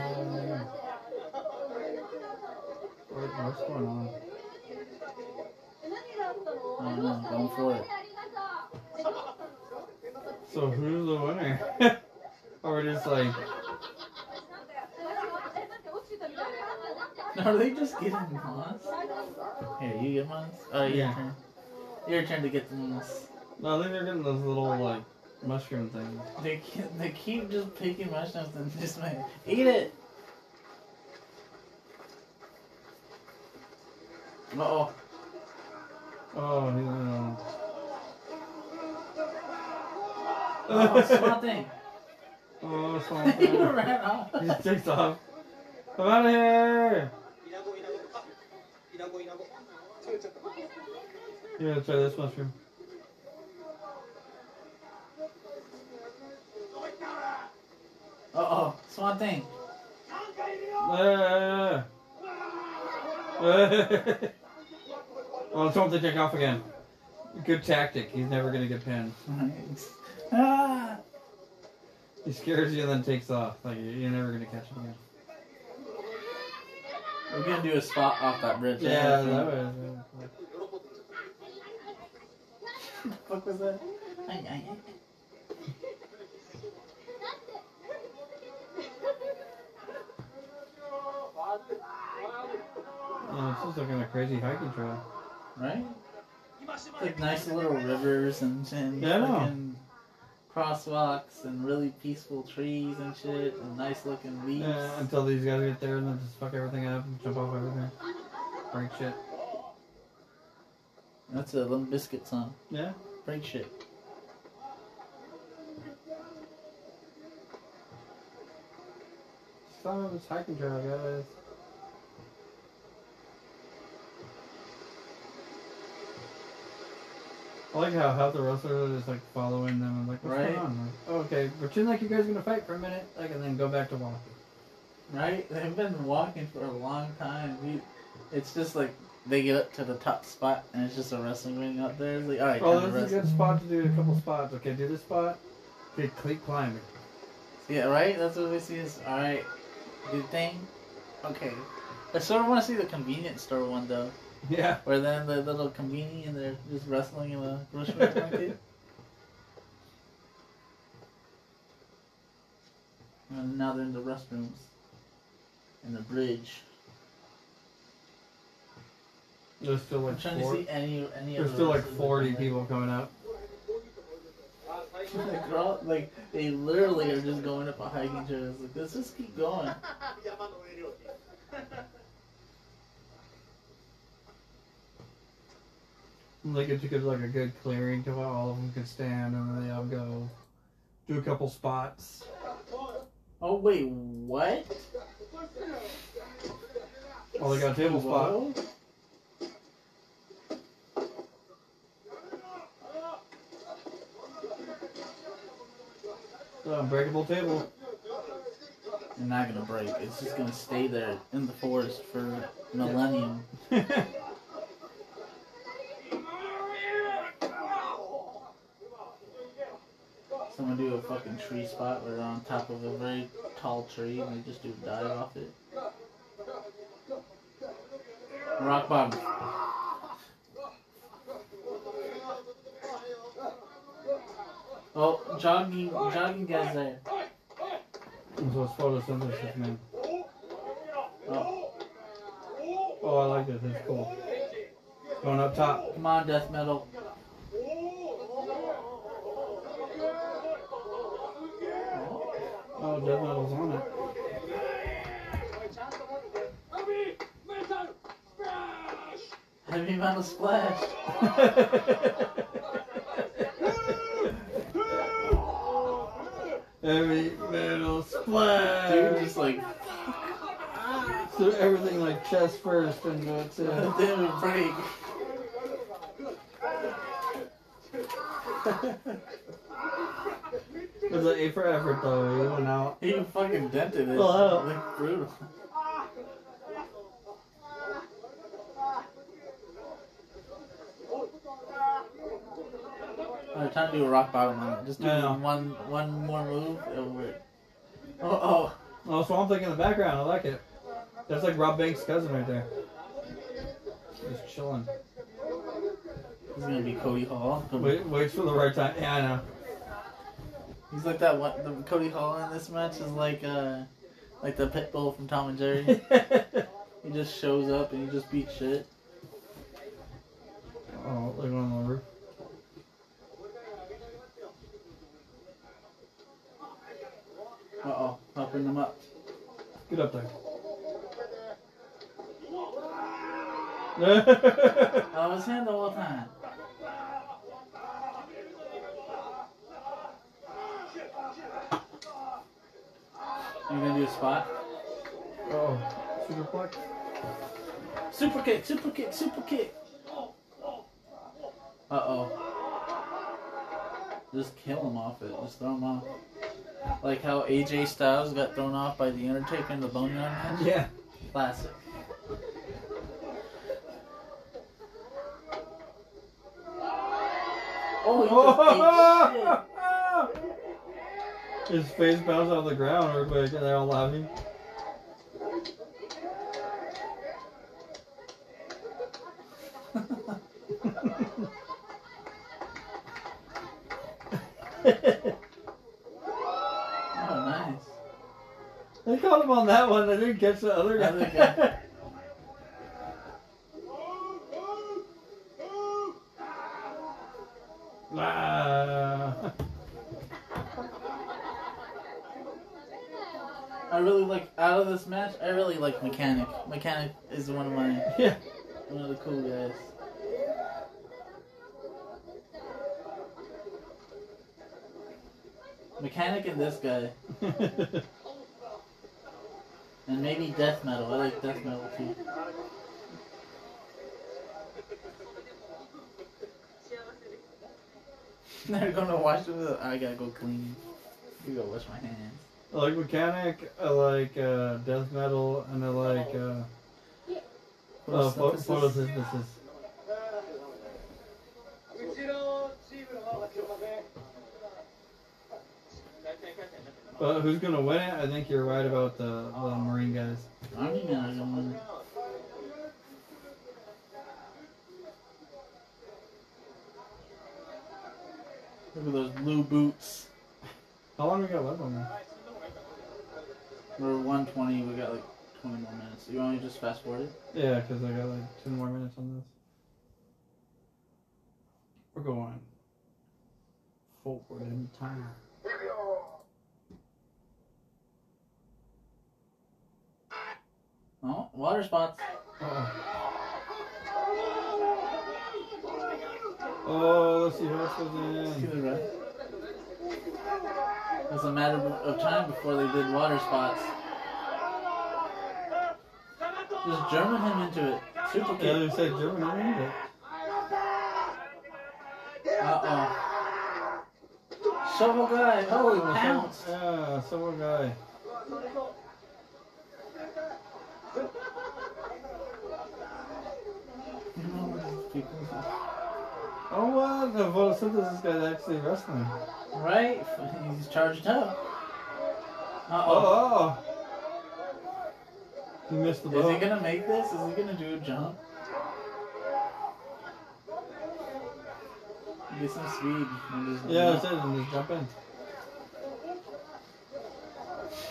Speaker 1: What- What's going on?
Speaker 2: あのゴンフォーレ
Speaker 1: So who's the winner? or just like,
Speaker 2: Are they just getting moss? Here, you get moss? Oh, your
Speaker 1: Yeah.
Speaker 2: turn. Your turn to get the moss.
Speaker 1: no, I think they're getting those little like mushroom things.
Speaker 2: They keep, they keep just picking mushrooms and just like, eat it! Uh oh.
Speaker 1: Oh, he's in
Speaker 2: Oh, small thing.
Speaker 8: Oh, it's
Speaker 2: he
Speaker 8: all
Speaker 2: ran off.
Speaker 8: It takes off. I'm out of here.
Speaker 6: 稲子稲子あ稲子稲子取れちゃった
Speaker 8: Here, let's try this mushroom.
Speaker 2: Uh oh, small thing.
Speaker 8: Ah. well, it's time to take off again. Good tactic. He's never gonna get pinned.
Speaker 2: ah,
Speaker 8: He scares you and then takes off. Like you're never gonna catch him again.
Speaker 2: we're gonna do a spot off that bridge.
Speaker 8: Yeah, that was.
Speaker 2: What was that? Ay, ay, ay.
Speaker 8: Oh, it's just like on a crazy hiking trail.
Speaker 2: Right? Like nice little rivers and, and
Speaker 8: Yeah, I know.
Speaker 2: fucking crosswalks and really peaceful trees and shit and nice looking leaves.
Speaker 8: Uh, until these guys get there and then just fuck everything up and jump off everything, break shit.
Speaker 2: That's a Limp Biscuit song.
Speaker 8: Yeah.
Speaker 2: Break shit.
Speaker 8: Some of it's hiking trail, guys. I like how half the wrestlers are just like following them. I'm like, what's
Speaker 2: Right.
Speaker 8: going on? Like, oh, okay, pretend like you guys are gonna fight for a minute, like, and then go back to walking.
Speaker 2: Right? They've been walking for a long time. We, it's just like they get up to the top spot and it's just a wrestling ring up there. It's like, alright,
Speaker 8: Oh,
Speaker 2: time to
Speaker 8: this is a
Speaker 2: wrestle.
Speaker 8: good spot to do a couple spots. Okay, do this spot. Okay, keep climbing.
Speaker 2: Yeah, right? That's what we see is alright, good thing. Okay. I sort of want to see the convenience store one though,
Speaker 8: Yeah.
Speaker 2: where then the little convenience and they're just wrestling in the grocery market. And now they're in the restrooms. And the bridge.
Speaker 8: There's still
Speaker 2: I'm
Speaker 8: like
Speaker 2: trying
Speaker 8: four,
Speaker 2: to see any any of
Speaker 8: There's
Speaker 2: the
Speaker 8: still like
Speaker 2: wrestlers that
Speaker 8: 40
Speaker 2: come in.
Speaker 8: people coming up.
Speaker 2: Like, they're all- like they literally are just going up a hiking trail. It's like let's just keep going.
Speaker 6: 山の上料金
Speaker 8: Like if you could like a good clearing to where all of them could stand and then they all go do a couple spots.
Speaker 2: Oh wait, what?
Speaker 8: Oh, they got a table spot.
Speaker 2: Whoa.
Speaker 8: The unbreakable table.
Speaker 2: They're not gonna break. It's just gonna stay there in the forest for millennium. Someone do a fucking tree spot where they're on top of a very tall tree and they just do a dive off it. Rock bottom. Oh, jogging, jogging guy's there.
Speaker 8: so it's photosynthesis, man.
Speaker 2: Oh,
Speaker 8: Oh, I like this. It's cool. Going up top.
Speaker 2: come on, death metal.
Speaker 8: Oh, Death Metal's on it.
Speaker 2: Heavy metal splash.
Speaker 8: Every metal splash.
Speaker 2: Dude, just like
Speaker 8: so everything like chest first and that's it.
Speaker 2: Damn it, break.
Speaker 8: It was an A for effort though. He went out.
Speaker 2: He even fucking dented it.
Speaker 8: Wow.
Speaker 2: Like, brutal. I'm trying to do a rock bottom on it. Just do
Speaker 8: Yeah.
Speaker 2: one one more move and we're. Oh,
Speaker 8: Oh, Swamp Thing in the background. I like it. That's like Rob Banks' cousin right there. Just chilling.
Speaker 2: oh. It's gonna be Cody Hall.
Speaker 8: Wait, waits for the right time. Yeah, I know.
Speaker 2: He's like that one. The Cody Hall in this match is like uh, like the pit bull from Tom and Jerry. he just shows up and he just beats shit.
Speaker 8: oh, they're going on the roof.
Speaker 2: Uh oh, helping them up.
Speaker 8: Get up there.
Speaker 2: I was him the whole time. You're gonna do a spot?
Speaker 8: Oh, superplex.
Speaker 2: Super kick, super kick, super kick. Uh oh. Just kill him off it. Just throw him off. Like how AJ Styles got thrown off by The Undertaker in the Boneyard match.
Speaker 8: Yeah.
Speaker 2: Classic. Oh, he just ate shit.
Speaker 8: His face bounced on the ground. Everybody, they're all laughing.
Speaker 2: Oh, nice.
Speaker 8: they caught him on that one. They didn't catch the other
Speaker 2: Other guy.
Speaker 8: guy. ah.
Speaker 2: I really like out of this match. I really like Mechanic. Mechanic is one of my
Speaker 8: Yeah.
Speaker 2: one of the cool guys. Mechanic and this guy, and maybe death metal. I like death metal too. They're gonna wash the. I gotta go clean. You gotta wash my hands.
Speaker 8: I like mechanic. I like uh, death metal, and I like uh, uh, pho-
Speaker 2: Photosynthesis.
Speaker 8: photosynthesis.
Speaker 6: うちのチームの方が強かね。
Speaker 8: But who's gonna win it? I think you're right about the, the marine guys.
Speaker 2: I don't even know. I don't wanna- Look at those blue boots.
Speaker 8: How long we got left on that?
Speaker 2: We're 120. We got like 20 more minutes. You want to just fast forward it?
Speaker 8: Yeah, because I got like ten more minutes on this. We're going forward in time.
Speaker 2: Oh, water spots.
Speaker 8: Oh. Oh, let's see who else
Speaker 2: Let's
Speaker 8: was
Speaker 2: see
Speaker 8: in.
Speaker 2: the rest. It was a matter of time before they did water spots. Just German him into it. Super
Speaker 8: Yeah, they
Speaker 2: kick.
Speaker 8: said German. I don't know.
Speaker 2: Uh oh. Shovel guy. Holy
Speaker 8: Oh,
Speaker 2: pounce.
Speaker 8: some, yeah, some guy. Oh, what? The photosynthesis guy's actually wrestling.
Speaker 2: Right? He's charged up. Uh oh.
Speaker 8: Oh, He missed the
Speaker 2: Is he
Speaker 8: boat.
Speaker 2: gonna make this? Is he gonna do a jump? Get some speed. and just-
Speaker 8: Yeah, that's it. And just jump in.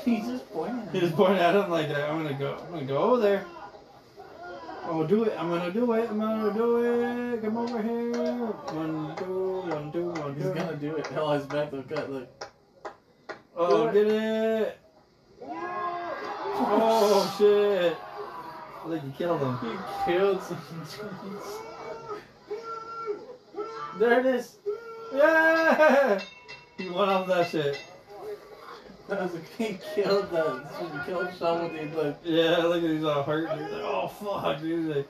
Speaker 2: He's just pointing.
Speaker 8: He just pointed at him like, "I'm gonna go, I'm gonna go over there. Oh, do it! I'm gonna do it! I'm gonna do it! Come over here! One, two, one, two, one,
Speaker 2: He's
Speaker 8: two.
Speaker 2: gonna do it. Hell, his back look cut. Look.
Speaker 8: Oh, did it! Oh shit! I think you killed him.
Speaker 2: He killed some giants. There it is.
Speaker 8: Yeah! He won off that shit.
Speaker 2: That was a he killed the he killed shovel dude. Look,
Speaker 8: Yeah, look at he's all hurt. He's like, oh fuck, dude. Like,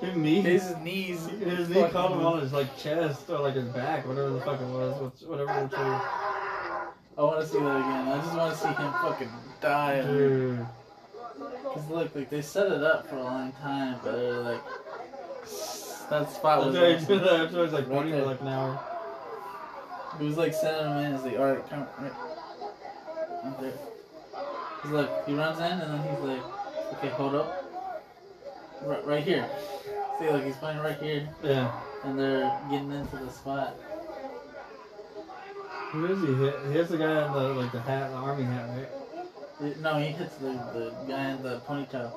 Speaker 8: his knee.
Speaker 2: his knees.
Speaker 8: His knee caught him on his like chest or like his back, whatever the fuck it was, which- whatever which was.
Speaker 2: I want to see that again. I just want to see him fucking die.
Speaker 8: Dude.
Speaker 2: Cause look, like they set it up for a long time, but they're like that spot was.
Speaker 8: That's right,
Speaker 2: Awesome.
Speaker 8: dude. That episode's like
Speaker 2: Right
Speaker 8: 20
Speaker 2: there.
Speaker 8: or like an hour.
Speaker 2: It was like sending him in as the art come right. right there. He's like he runs in and then he's like, okay, hold up, right, right here. See, like he's playing right here,
Speaker 8: Yeah.
Speaker 2: and they're getting into the spot.
Speaker 8: Who does he hit? He hits the guy in the like the hat, the army hat, right?
Speaker 2: It- no, he hits the, the guy in the ponytail.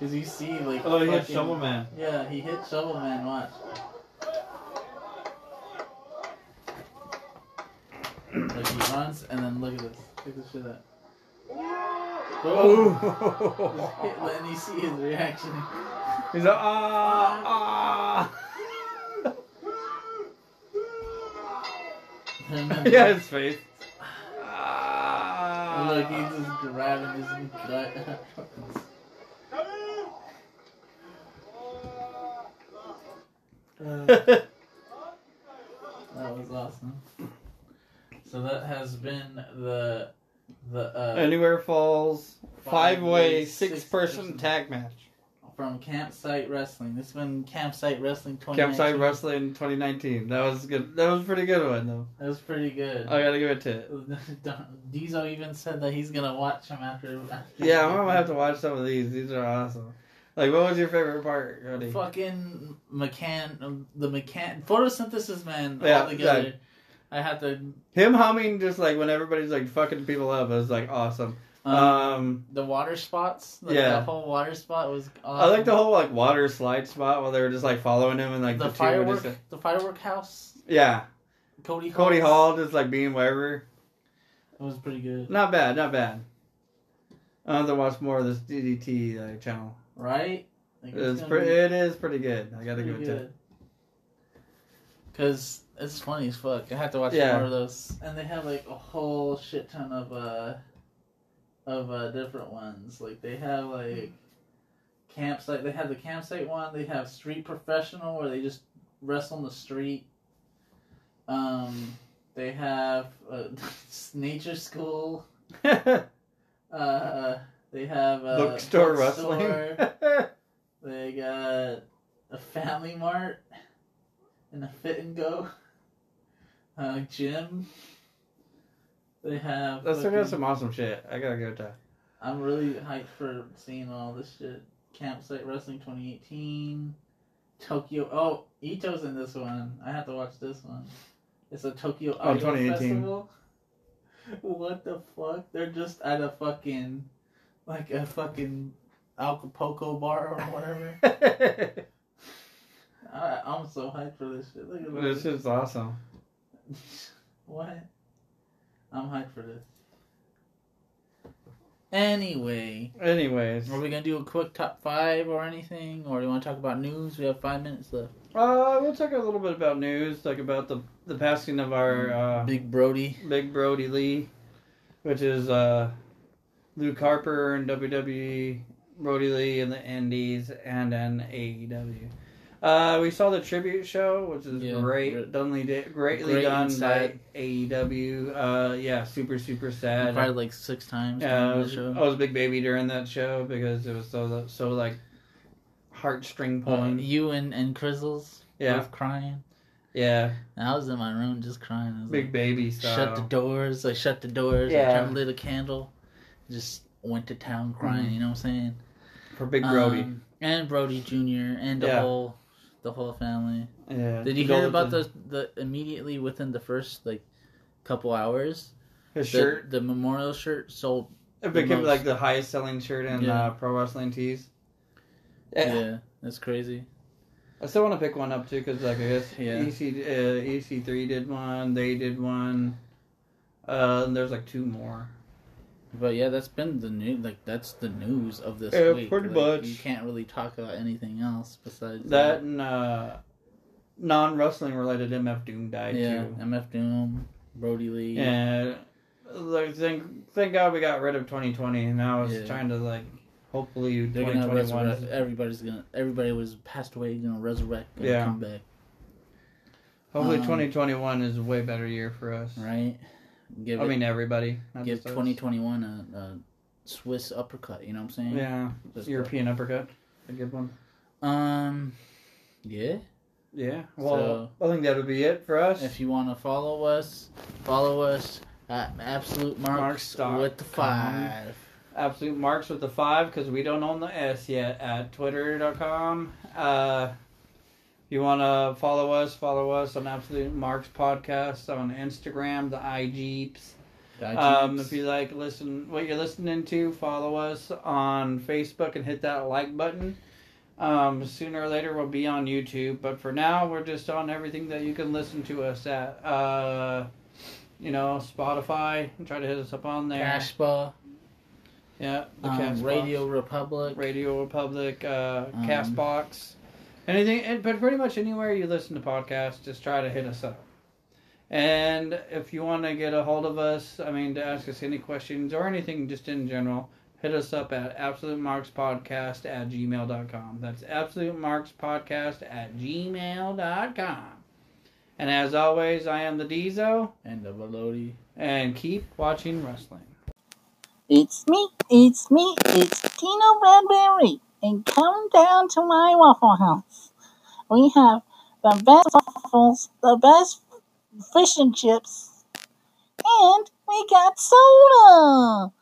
Speaker 2: Cause you see like.
Speaker 8: Oh, he hits
Speaker 2: fucking-
Speaker 8: Shovel Man.
Speaker 2: Yeah, he hit Shovel Man. Watch. Like he runs and then look at this. Check this shit out. Boom!
Speaker 8: Ooh.
Speaker 2: Hit- and you see his reaction.
Speaker 8: He's like, ah, ah.
Speaker 2: And then-
Speaker 8: yeah, his face.
Speaker 2: Look,
Speaker 8: Ah.
Speaker 2: he's just grabbing his gut. that was awesome. So that has been the the uh,
Speaker 8: Anywhere Falls five way
Speaker 2: Five-way,
Speaker 8: six
Speaker 2: six-person.
Speaker 8: person tag match.
Speaker 2: from Campsite Wrestling. This has been Campsite Wrestling 2019.
Speaker 8: Campsite Wrestling 2019. That was good. That was a pretty good one though.
Speaker 2: That was pretty good.
Speaker 8: I gotta give it to it.
Speaker 2: Don't- Diesel even said that he's gonna watch him after. after
Speaker 8: Yeah, I'm gonna have to watch some of these. These are awesome. Like, what was your favorite part, Cody?
Speaker 2: Fucking McCann, the McCann photosynthesis man
Speaker 8: Yeah,
Speaker 2: all together. I have to. Um,
Speaker 8: Him humming just like when everybody's like fucking people up is like awesome. Um,
Speaker 2: the water spots. Like,
Speaker 8: yeah.
Speaker 2: The whole water spot was.
Speaker 8: I
Speaker 2: Awesome.
Speaker 8: like the whole like water slide spot while they were just like following him and like
Speaker 2: the,
Speaker 8: the, two were
Speaker 2: firework.
Speaker 8: just-
Speaker 2: The firework house.
Speaker 8: yeah,
Speaker 2: Cody.
Speaker 8: Cody
Speaker 2: Hall's.
Speaker 8: Hall just like being wherever.
Speaker 2: It was pretty good,
Speaker 8: Not bad, not bad. I have to watch more of this DDT like uh, channel.
Speaker 2: right? Like,
Speaker 8: It's
Speaker 2: gonna
Speaker 8: pretty.
Speaker 2: be
Speaker 8: It is pretty good. I gotta
Speaker 2: pretty
Speaker 8: give it to. it.
Speaker 2: good. Cause it's funny as fuck. I have to watch
Speaker 8: Yeah.
Speaker 2: more of those, and they have like a whole shit ton of uh, of uh, different ones. Like they have like campsite. They have the campsite one. They have street professional where they just wrestle on the street. Um, they have uh, nature school. Uh, they have uh,
Speaker 8: bookstore
Speaker 2: bookstore.
Speaker 8: wrestling.
Speaker 2: They got a Family Mart and a Fit and Go uh, gym. They have.
Speaker 8: That's still
Speaker 2: fucking-
Speaker 8: got some awesome shit. I gotta give it to.
Speaker 2: I'm really hyped for seeing all this shit. Campsite Wrestling 2018, Tokyo. Oh, Ito's in this one. I have to watch this one. It's a Tokyo
Speaker 8: Oh,
Speaker 2: Idol
Speaker 8: 2018.
Speaker 2: Festival. What the fuck? They're just at a fucking, like a fucking Acapulco bar or whatever. I, I'm so hyped for this shit. Look at this.
Speaker 8: this shit's awesome.
Speaker 2: what? I'm hyped for this. Anyway,
Speaker 8: Anyways,
Speaker 2: are we gonna do a quick top five or anything, or do you want to talk about news? We have five minutes left.
Speaker 8: uh, we'll talk a little bit about news, like about the the passing of our uh,
Speaker 2: Big Brody.
Speaker 8: Big Brody Lee, which is uh, Luke Harper and WWE, Brody Lee in the Indies, and then AEW. Uh, we saw the tribute show, which is
Speaker 2: Yeah,
Speaker 8: great,
Speaker 2: great-
Speaker 8: Dunley did, greatly
Speaker 2: great
Speaker 8: done
Speaker 2: insight.
Speaker 8: by AEW. Uh, yeah, super super sad.
Speaker 2: Probably like six times.
Speaker 8: Yeah, I
Speaker 2: during the
Speaker 8: was,
Speaker 2: show. Uh,
Speaker 8: I was a big baby during that show because it was so so like heartstring
Speaker 2: Uh,
Speaker 8: pulling.
Speaker 2: you and and Crizzles
Speaker 8: Yeah.
Speaker 2: both crying.
Speaker 8: yeah,
Speaker 2: And I was in my room just crying. I was
Speaker 8: big
Speaker 2: like,
Speaker 8: baby style.
Speaker 2: shut the doors. I shut the doors.
Speaker 8: Yeah.
Speaker 2: I turned lit a candle. Just went to town crying.
Speaker 8: Mm-hmm.
Speaker 2: You know what I'm saying?
Speaker 8: for Big Brody.
Speaker 2: Um, and Brody Jr. and the
Speaker 8: Yeah.
Speaker 2: whole the whole family.
Speaker 8: yeah.
Speaker 2: Did you hear about
Speaker 8: Condolences.
Speaker 2: the the immediately within the first like couple hours?
Speaker 8: his
Speaker 2: the-
Speaker 8: shirt?
Speaker 2: the, memorial shirt sold.
Speaker 8: It
Speaker 2: the
Speaker 8: became
Speaker 2: most.
Speaker 8: like the highest selling shirt in
Speaker 2: Yeah.
Speaker 8: uh, pro wrestling tees.
Speaker 2: Yeah,
Speaker 8: Yeah.
Speaker 2: that's crazy.
Speaker 8: I still want to pick one up too because like I guess
Speaker 2: Yeah.
Speaker 8: EC uh, EC three did one, they did one. Uh, and there's like two more.
Speaker 2: But yeah, that's been the new like that's the news of this
Speaker 8: Yeah,
Speaker 2: week.
Speaker 8: Eh, pretty
Speaker 2: Like,
Speaker 8: much.
Speaker 2: You can't really talk about anything else besides
Speaker 8: That and uh, non wrestling related MF Doom died
Speaker 2: Yeah,
Speaker 8: too.
Speaker 2: MF Doom, Brody Lee.
Speaker 8: And like thank thank God we got rid of 2020. And now it's
Speaker 2: Yeah.
Speaker 8: trying to like hopefully
Speaker 2: They're gonna
Speaker 8: 2021.
Speaker 2: resurrect. Everybody's gonna. Everybody was passed away. Gonna resurrect. Gonna
Speaker 8: Yeah.
Speaker 2: come back.
Speaker 8: Hopefully
Speaker 2: Um,
Speaker 8: 2021 is a way better year for us.
Speaker 2: Right. Give
Speaker 8: I
Speaker 2: it,
Speaker 8: mean everybody. not
Speaker 2: give
Speaker 8: just us.
Speaker 2: 2021 a, a Swiss uppercut. You know what I'm saying?
Speaker 8: Yeah.
Speaker 2: Just-
Speaker 8: European uppercut. A good one.
Speaker 2: Um, yeah.
Speaker 8: Yeah. Well, I think that'll be it for us.
Speaker 2: If you want to follow us, follow us at Absolute Marks
Speaker 8: Marks.com.
Speaker 2: with the five.
Speaker 8: Absolute marks with the five because we don't own the S yet at twitter.com. Uh, if you want to follow us, follow us on Absolute Marks Podcast on Instagram, the IGeeps. Um, if you like listen what you're listening to, follow us on Facebook and hit that like button. Um, sooner or later we'll be on YouTube, but for now we're just on everything that you can listen to us at. Uh, you know, Spotify. Try to hit us up on there.
Speaker 2: Cashba,
Speaker 8: Yeah, the
Speaker 2: um,
Speaker 8: Castbox,
Speaker 2: Radio Republic,
Speaker 8: Radio Republic, uh,
Speaker 2: Um,
Speaker 8: Castbox, anything, and- but pretty much anywhere you listen to podcasts, just try to hit us up. And if you want to get a hold of us, I mean, to ask us any questions or anything just in general, hit us up at absolute marks podcast at gmail.com. That's absolute marks podcast at gmail.com. And as always, I am the Dizo,
Speaker 2: And the Velody.
Speaker 8: and keep watching wrestling.
Speaker 9: It's me, it's me, it's Tino Bradbury, and come down to my Waffle House. We have the best waffles, the best fish and chips, and we got soda!